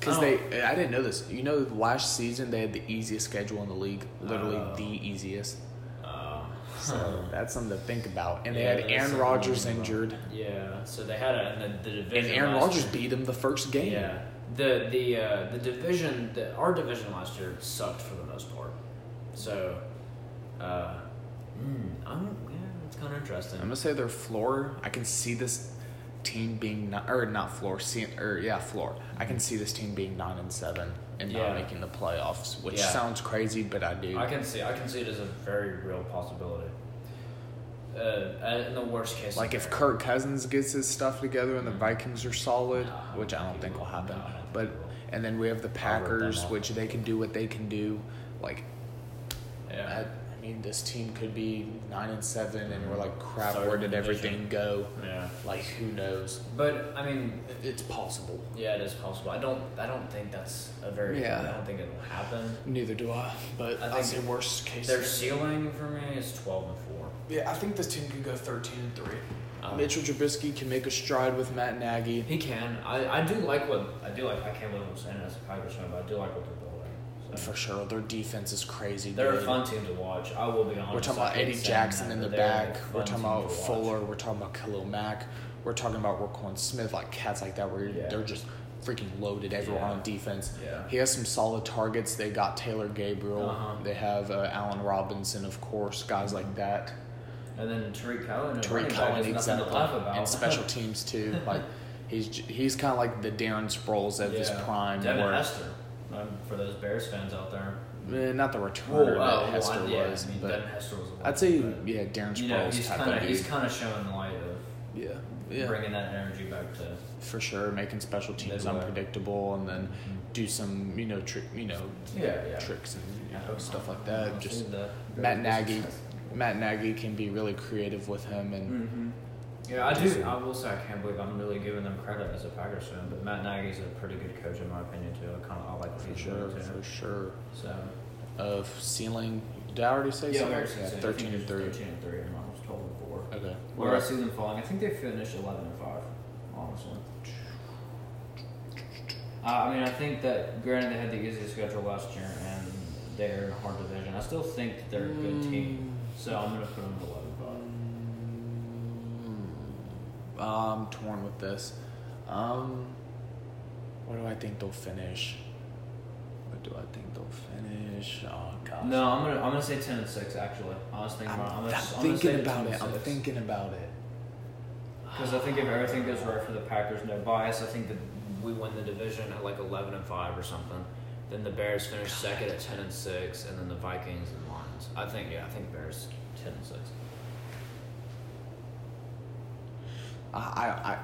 [SPEAKER 1] because
[SPEAKER 2] Oh.
[SPEAKER 1] they I didn't know this. You know, last season they had the easiest schedule in the league, literally
[SPEAKER 2] Oh.
[SPEAKER 1] the easiest.
[SPEAKER 2] Uh,
[SPEAKER 1] So that's something to think about. And they
[SPEAKER 2] Yeah,
[SPEAKER 1] had
[SPEAKER 2] that is
[SPEAKER 1] Aaron
[SPEAKER 2] something
[SPEAKER 1] Rodgers
[SPEAKER 2] to think about.
[SPEAKER 1] injured,
[SPEAKER 2] yeah, so they had a and the, the
[SPEAKER 1] and
[SPEAKER 2] division.
[SPEAKER 1] Aaron
[SPEAKER 2] last
[SPEAKER 1] Rodgers
[SPEAKER 2] year-
[SPEAKER 1] beat him the first game.
[SPEAKER 2] Yeah, the the uh, the division, the, our division last year sucked for the most part. So, uh, mm, I'm yeah, it's kind of interesting.
[SPEAKER 1] I'm gonna say their floor. I can see this team being not, or not floor, see, or yeah, floor. I can see this team being nine and seven and
[SPEAKER 2] Yeah.
[SPEAKER 1] not making the playoffs, which
[SPEAKER 2] Yeah.
[SPEAKER 1] sounds crazy, but I do.
[SPEAKER 2] I can see I can see it as a very real possibility. Uh, and in the worst case,
[SPEAKER 1] like if
[SPEAKER 2] scenario.
[SPEAKER 1] Kirk Cousins gets his stuff together and
[SPEAKER 2] Mm-hmm.
[SPEAKER 1] the Vikings are solid,
[SPEAKER 2] No,
[SPEAKER 1] which I don't think will happen,
[SPEAKER 2] no, I don't think
[SPEAKER 1] but
[SPEAKER 2] it will.
[SPEAKER 1] and then we have the
[SPEAKER 2] I'll rip them
[SPEAKER 1] Packers,
[SPEAKER 2] off.
[SPEAKER 1] which they can do what they can do. Like
[SPEAKER 2] yeah,
[SPEAKER 1] I, I mean, this team could be nine and seven, and we're like, crap,
[SPEAKER 2] Third
[SPEAKER 1] where did
[SPEAKER 2] division.
[SPEAKER 1] everything go?
[SPEAKER 2] yeah.
[SPEAKER 1] Like, who knows?
[SPEAKER 2] But I mean,
[SPEAKER 1] It- It's possible.
[SPEAKER 2] yeah, it is possible. I don't I don't think that's a very
[SPEAKER 1] Yeah.
[SPEAKER 2] I don't think it'll happen.
[SPEAKER 1] Neither do I, but
[SPEAKER 2] I
[SPEAKER 1] I
[SPEAKER 2] think
[SPEAKER 1] would say worst case.
[SPEAKER 2] Their ceiling for me is twelve and four.
[SPEAKER 1] Yeah, I think this team could go thirteen and three.
[SPEAKER 2] Um,
[SPEAKER 1] Mitchell Trubisky can make a stride with Matt Nagy.
[SPEAKER 2] He can. I, I do like what I do like. I can't believe I'm saying as a Packers fan, but I do like what they're building. So.
[SPEAKER 1] For sure, their defense is crazy.
[SPEAKER 2] They're a
[SPEAKER 1] good.
[SPEAKER 2] fun team to watch. I will be honest.
[SPEAKER 1] We're talking
[SPEAKER 2] I
[SPEAKER 1] about
[SPEAKER 2] hate
[SPEAKER 1] Eddie
[SPEAKER 2] saying
[SPEAKER 1] Jackson
[SPEAKER 2] that,
[SPEAKER 1] in the
[SPEAKER 2] but they're
[SPEAKER 1] back.
[SPEAKER 2] a
[SPEAKER 1] We're
[SPEAKER 2] fun
[SPEAKER 1] talking
[SPEAKER 2] team to
[SPEAKER 1] about
[SPEAKER 2] watch.
[SPEAKER 1] Fuller. We're talking about Khalil Mack. We're talking about Raquan Smith, like cats like that, where
[SPEAKER 2] Yeah.
[SPEAKER 1] they're just freaking loaded. Everyone
[SPEAKER 2] Yeah.
[SPEAKER 1] on defense.
[SPEAKER 2] Yeah.
[SPEAKER 1] He has some solid targets. They got Taylor Gabriel.
[SPEAKER 2] Uh-huh.
[SPEAKER 1] They have uh, Allen Robinson, of course, guys like that.
[SPEAKER 2] And then Tariq Cohen. and
[SPEAKER 1] Tariq
[SPEAKER 2] running back
[SPEAKER 1] Cohen,
[SPEAKER 2] is nothing to
[SPEAKER 1] exactly,
[SPEAKER 2] laugh about.
[SPEAKER 1] and special teams
[SPEAKER 2] [laughs]
[SPEAKER 1] too. Like he's j- he's kind of like the Darren Sproles of his
[SPEAKER 2] [laughs] Yeah.
[SPEAKER 1] prime.
[SPEAKER 2] Devin
[SPEAKER 1] where,
[SPEAKER 2] Hester. Um, for those Bears fans out there.
[SPEAKER 1] Eh, not the
[SPEAKER 2] Whoa,
[SPEAKER 1] returner
[SPEAKER 2] oh,
[SPEAKER 1] that Hester
[SPEAKER 2] well, yeah,
[SPEAKER 1] was,
[SPEAKER 2] I mean, Devin
[SPEAKER 1] but
[SPEAKER 2] Hester was. a
[SPEAKER 1] I'd
[SPEAKER 2] legend,
[SPEAKER 1] say
[SPEAKER 2] but,
[SPEAKER 1] yeah, Darren Sproles
[SPEAKER 2] You know, he's
[SPEAKER 1] type
[SPEAKER 2] kind of
[SPEAKER 1] of
[SPEAKER 2] he's
[SPEAKER 1] dude.
[SPEAKER 2] kind of showing the light of
[SPEAKER 1] yeah, yeah.
[SPEAKER 2] bringing that energy back to.
[SPEAKER 1] for sure, making special teams
[SPEAKER 2] Midway.
[SPEAKER 1] unpredictable, and then do some you know trick you know
[SPEAKER 2] Yeah, yeah.
[SPEAKER 1] tricks and you know,
[SPEAKER 2] Yeah.
[SPEAKER 1] stuff like that.
[SPEAKER 2] I've
[SPEAKER 1] Just
[SPEAKER 2] seen the-
[SPEAKER 1] Matt Nagy, Matt Nagy can be really creative with him, and
[SPEAKER 2] hmm Yeah, I do. I will say I can't believe I'm really giving them credit as a Packers fan, but Matt Nagy's a pretty good coach in my opinion too. I kind of I like what
[SPEAKER 1] for
[SPEAKER 2] he's
[SPEAKER 1] sure,
[SPEAKER 2] doing too.
[SPEAKER 1] for sure,
[SPEAKER 2] So
[SPEAKER 1] of ceiling. Did I already say ceiling? Yeah, thirteen and three.
[SPEAKER 2] Thirteen and three, and I was twelve and four.
[SPEAKER 1] Okay.
[SPEAKER 2] Where I see them falling, I think they finished eleven and five. Honestly, uh, I mean, I think that granted they had the easiest schedule last year and they're in a hard division. I still think that they're a good team, so I'm gonna put them at eleven five.
[SPEAKER 1] Mm, I'm torn with this. Um, where do I think they'll finish? Where do I think they'll finish? Oh gosh.
[SPEAKER 2] No, I'm gonna I'm gonna say ten and six actually. I was thinking
[SPEAKER 1] I'm,
[SPEAKER 2] about I'm, gonna,
[SPEAKER 1] I'm
[SPEAKER 2] I'm gonna say
[SPEAKER 1] thinking about it.
[SPEAKER 2] 10
[SPEAKER 1] I'm
[SPEAKER 2] and six.
[SPEAKER 1] thinking about it.
[SPEAKER 2] Because I think if everything goes right for the Packers, no bias, I think that we win the division at like eleven and five or something. Then the Bears finish second at ten and six, and then the Vikings and Lions. I think yeah, I think Bears ten and six.
[SPEAKER 1] I, I, I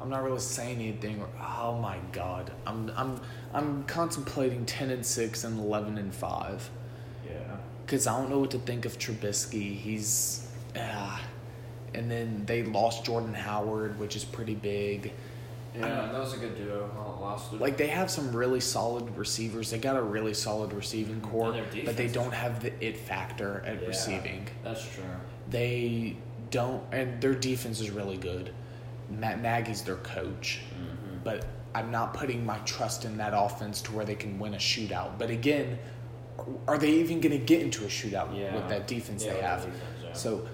[SPEAKER 1] I'm not really saying anything. Oh my god. I'm, I'm, I'm contemplating ten and six and eleven and five.
[SPEAKER 2] Yeah.
[SPEAKER 1] because I don't know what to think of Trubisky. He's, ah, and then they lost Jordan Howard, which is pretty big.
[SPEAKER 2] Yeah, that was a good duo. How it lasted.
[SPEAKER 1] Like they have some really solid receivers. They got a really solid receiving core,
[SPEAKER 2] their
[SPEAKER 1] but they
[SPEAKER 2] defense is-
[SPEAKER 1] don't have the it factor at
[SPEAKER 2] Yeah.
[SPEAKER 1] receiving.
[SPEAKER 2] that's true.
[SPEAKER 1] They don't, and their defense is really good. Matt Nagy's their coach,
[SPEAKER 2] Mm-hmm.
[SPEAKER 1] but I'm not putting my trust in that offense to where they can win a shootout. But again, are they even going to get into a shootout
[SPEAKER 2] Yeah.
[SPEAKER 1] with that defense
[SPEAKER 2] Yeah,
[SPEAKER 1] they
[SPEAKER 2] with that
[SPEAKER 1] have?
[SPEAKER 2] defense, yeah.
[SPEAKER 1] So,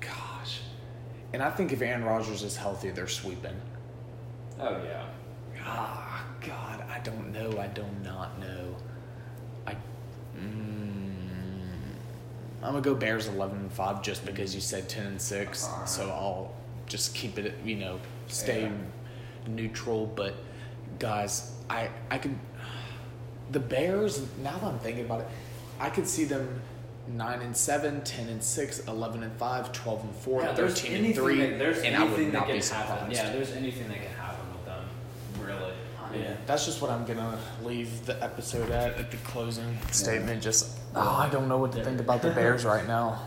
[SPEAKER 1] gosh, and I think if Aaron Rodgers is healthy, they're sweeping.
[SPEAKER 2] Oh yeah.
[SPEAKER 1] Ah, God, I don't know. I do not know. I. Mm, I'm gonna go Bears eleven and five just because you said ten and six, so I'll just keep it. You know, stay neutral. But guys, I I could. The Bears. Now that I'm thinking about it, I could see them. 9 and 7, 10 and 6, 11 and 5, 12 and 4,
[SPEAKER 2] Yeah, there's
[SPEAKER 1] 13 and
[SPEAKER 2] anything
[SPEAKER 1] 3,
[SPEAKER 2] that- there's
[SPEAKER 1] and I would
[SPEAKER 2] anything that
[SPEAKER 1] not be
[SPEAKER 2] can happen.
[SPEAKER 1] surprised.
[SPEAKER 3] Yeah, there's anything that can happen with them, really.
[SPEAKER 2] Yeah.
[SPEAKER 1] That's just what I'm gonna leave the episode at at the closing statement. Just oh, I don't know what to think about the Bears right now.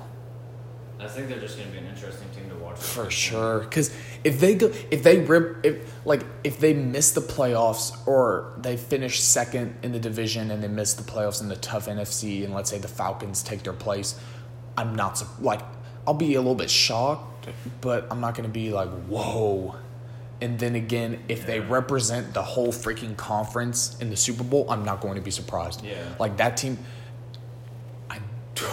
[SPEAKER 2] I think they're just gonna be an interesting team to watch.
[SPEAKER 1] For sure, because if they go, if they rip, if like if they miss the playoffs or they finish second in the division and they miss the playoffs in the tough NFC, and let's say the Falcons take their place, I'm not su- like I'll be a little bit shocked, but I'm not gonna be like whoa. And then again, if they represent the whole freaking conference in the Super Bowl, I'm not going to be surprised.
[SPEAKER 2] Yeah.
[SPEAKER 1] like that team. I,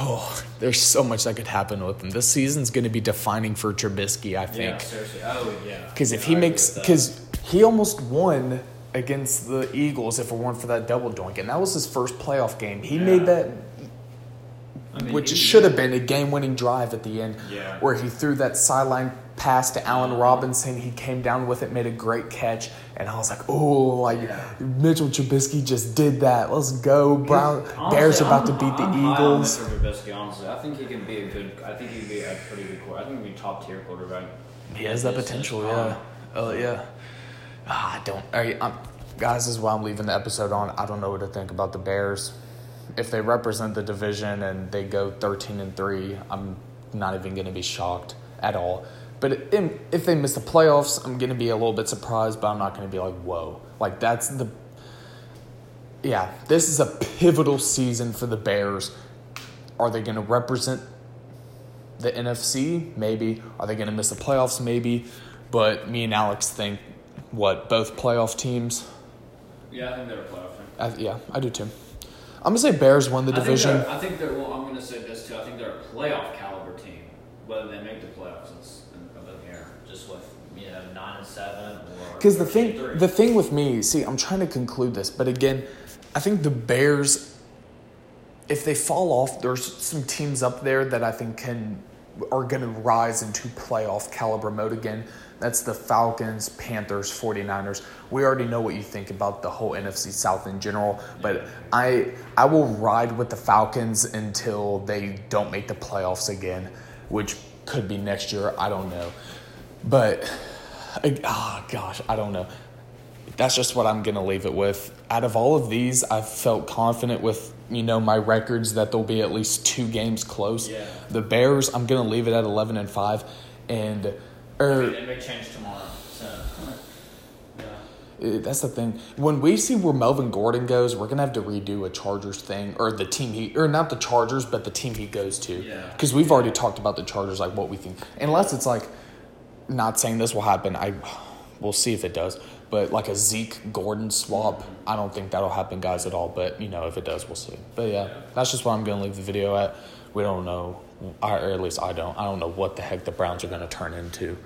[SPEAKER 1] oh, there's so much that could happen with him. This season's going to be defining for Trubisky, I
[SPEAKER 2] Yeah,
[SPEAKER 1] think.
[SPEAKER 2] seriously. Oh yeah.
[SPEAKER 1] Because if
[SPEAKER 2] Yeah,
[SPEAKER 1] he
[SPEAKER 2] I agree
[SPEAKER 1] makes,
[SPEAKER 2] with that.
[SPEAKER 1] because he almost won against the Eagles if it weren't for that double doink, and that was his first playoff game. He
[SPEAKER 2] Yeah.
[SPEAKER 1] made that,
[SPEAKER 2] I mean,
[SPEAKER 1] which
[SPEAKER 2] he-
[SPEAKER 1] should have been a game-winning drive at the end,
[SPEAKER 2] Yeah.
[SPEAKER 1] where he threw that sideline pass to Allen Robinson. He came down with it, made a great catch, and I was like, oh, like Mitchell Trubisky just did that. Let's go, Brown.
[SPEAKER 2] Honestly,
[SPEAKER 1] Bears are about to
[SPEAKER 2] I'm-
[SPEAKER 1] beat the
[SPEAKER 2] I'm high on
[SPEAKER 1] Eagles.
[SPEAKER 2] Mitchell Trubisky, honestly, I think he can be a good. I think he'd be a pretty good quarterback. I think he'd be top tier quarterback.
[SPEAKER 1] He has that potential, yeah. Oh yeah. Ah, I don't. I, I'm, guys, this is why I'm leaving the episode on. I don't know what to think about the Bears. If they represent the division and they go 13 and three, I'm not even going to be shocked at all. But in, if they miss the playoffs, I'm going to be a little bit surprised, but I'm not going to be like, whoa. Like that's the. Yeah, this is a pivotal season for the Bears. Are they going to represent the NFC? Maybe. Are they going to miss the playoffs? Maybe. But me and Alex think what both playoff teams.
[SPEAKER 2] Yeah, I think they're a playoff team.
[SPEAKER 1] I, yeah, I do too. I'm gonna say Bears won the
[SPEAKER 2] I think
[SPEAKER 1] division.
[SPEAKER 2] they're- I think they're. Well, I'm going to say this too. I think they're a playoff caliber team. Whether they make the playoffs, it's above here.
[SPEAKER 3] Just with you know nine and seven or
[SPEAKER 1] Because the thing,
[SPEAKER 3] 13.
[SPEAKER 1] the thing with me, see, I'm trying to conclude this, but again, I think the Bears, if they fall off, there's some teams up there that I think can are going to rise into playoff caliber mode again. That's the Falcons, Panthers, 49ers. We already know what you think about the whole NFC South in general, but I I will ride with the Falcons until they don't make the playoffs again, which could be next year, I don't know. But ah gosh, I don't know. That's just what I'm gonna leave it with. Out of all of these, I felt confident with you know my records that there'll be at least two games close.
[SPEAKER 2] Yeah.
[SPEAKER 1] The Bears, I'm gonna leave it at 11 and five, and er, or
[SPEAKER 2] It may change tomorrow. So. Yeah.
[SPEAKER 1] uh, that's the thing. When we see where Melvin Gordon goes, we're gonna have to redo a Chargers thing or the team he or not the Chargers, but the team he goes to.
[SPEAKER 2] Yeah.
[SPEAKER 1] Because we've already talked about the Chargers, like what we think. Unless it's like, not saying this will happen. I, we'll see if it does. But like a Zeke Gordon swap, I don't think that'll happen, guys, at all. But you know, if it does, we'll see. But yeah, that's just what I'm gonna leave the video at. We don't know, I- or at least I don't. I don't know what the heck the Browns are gonna turn into.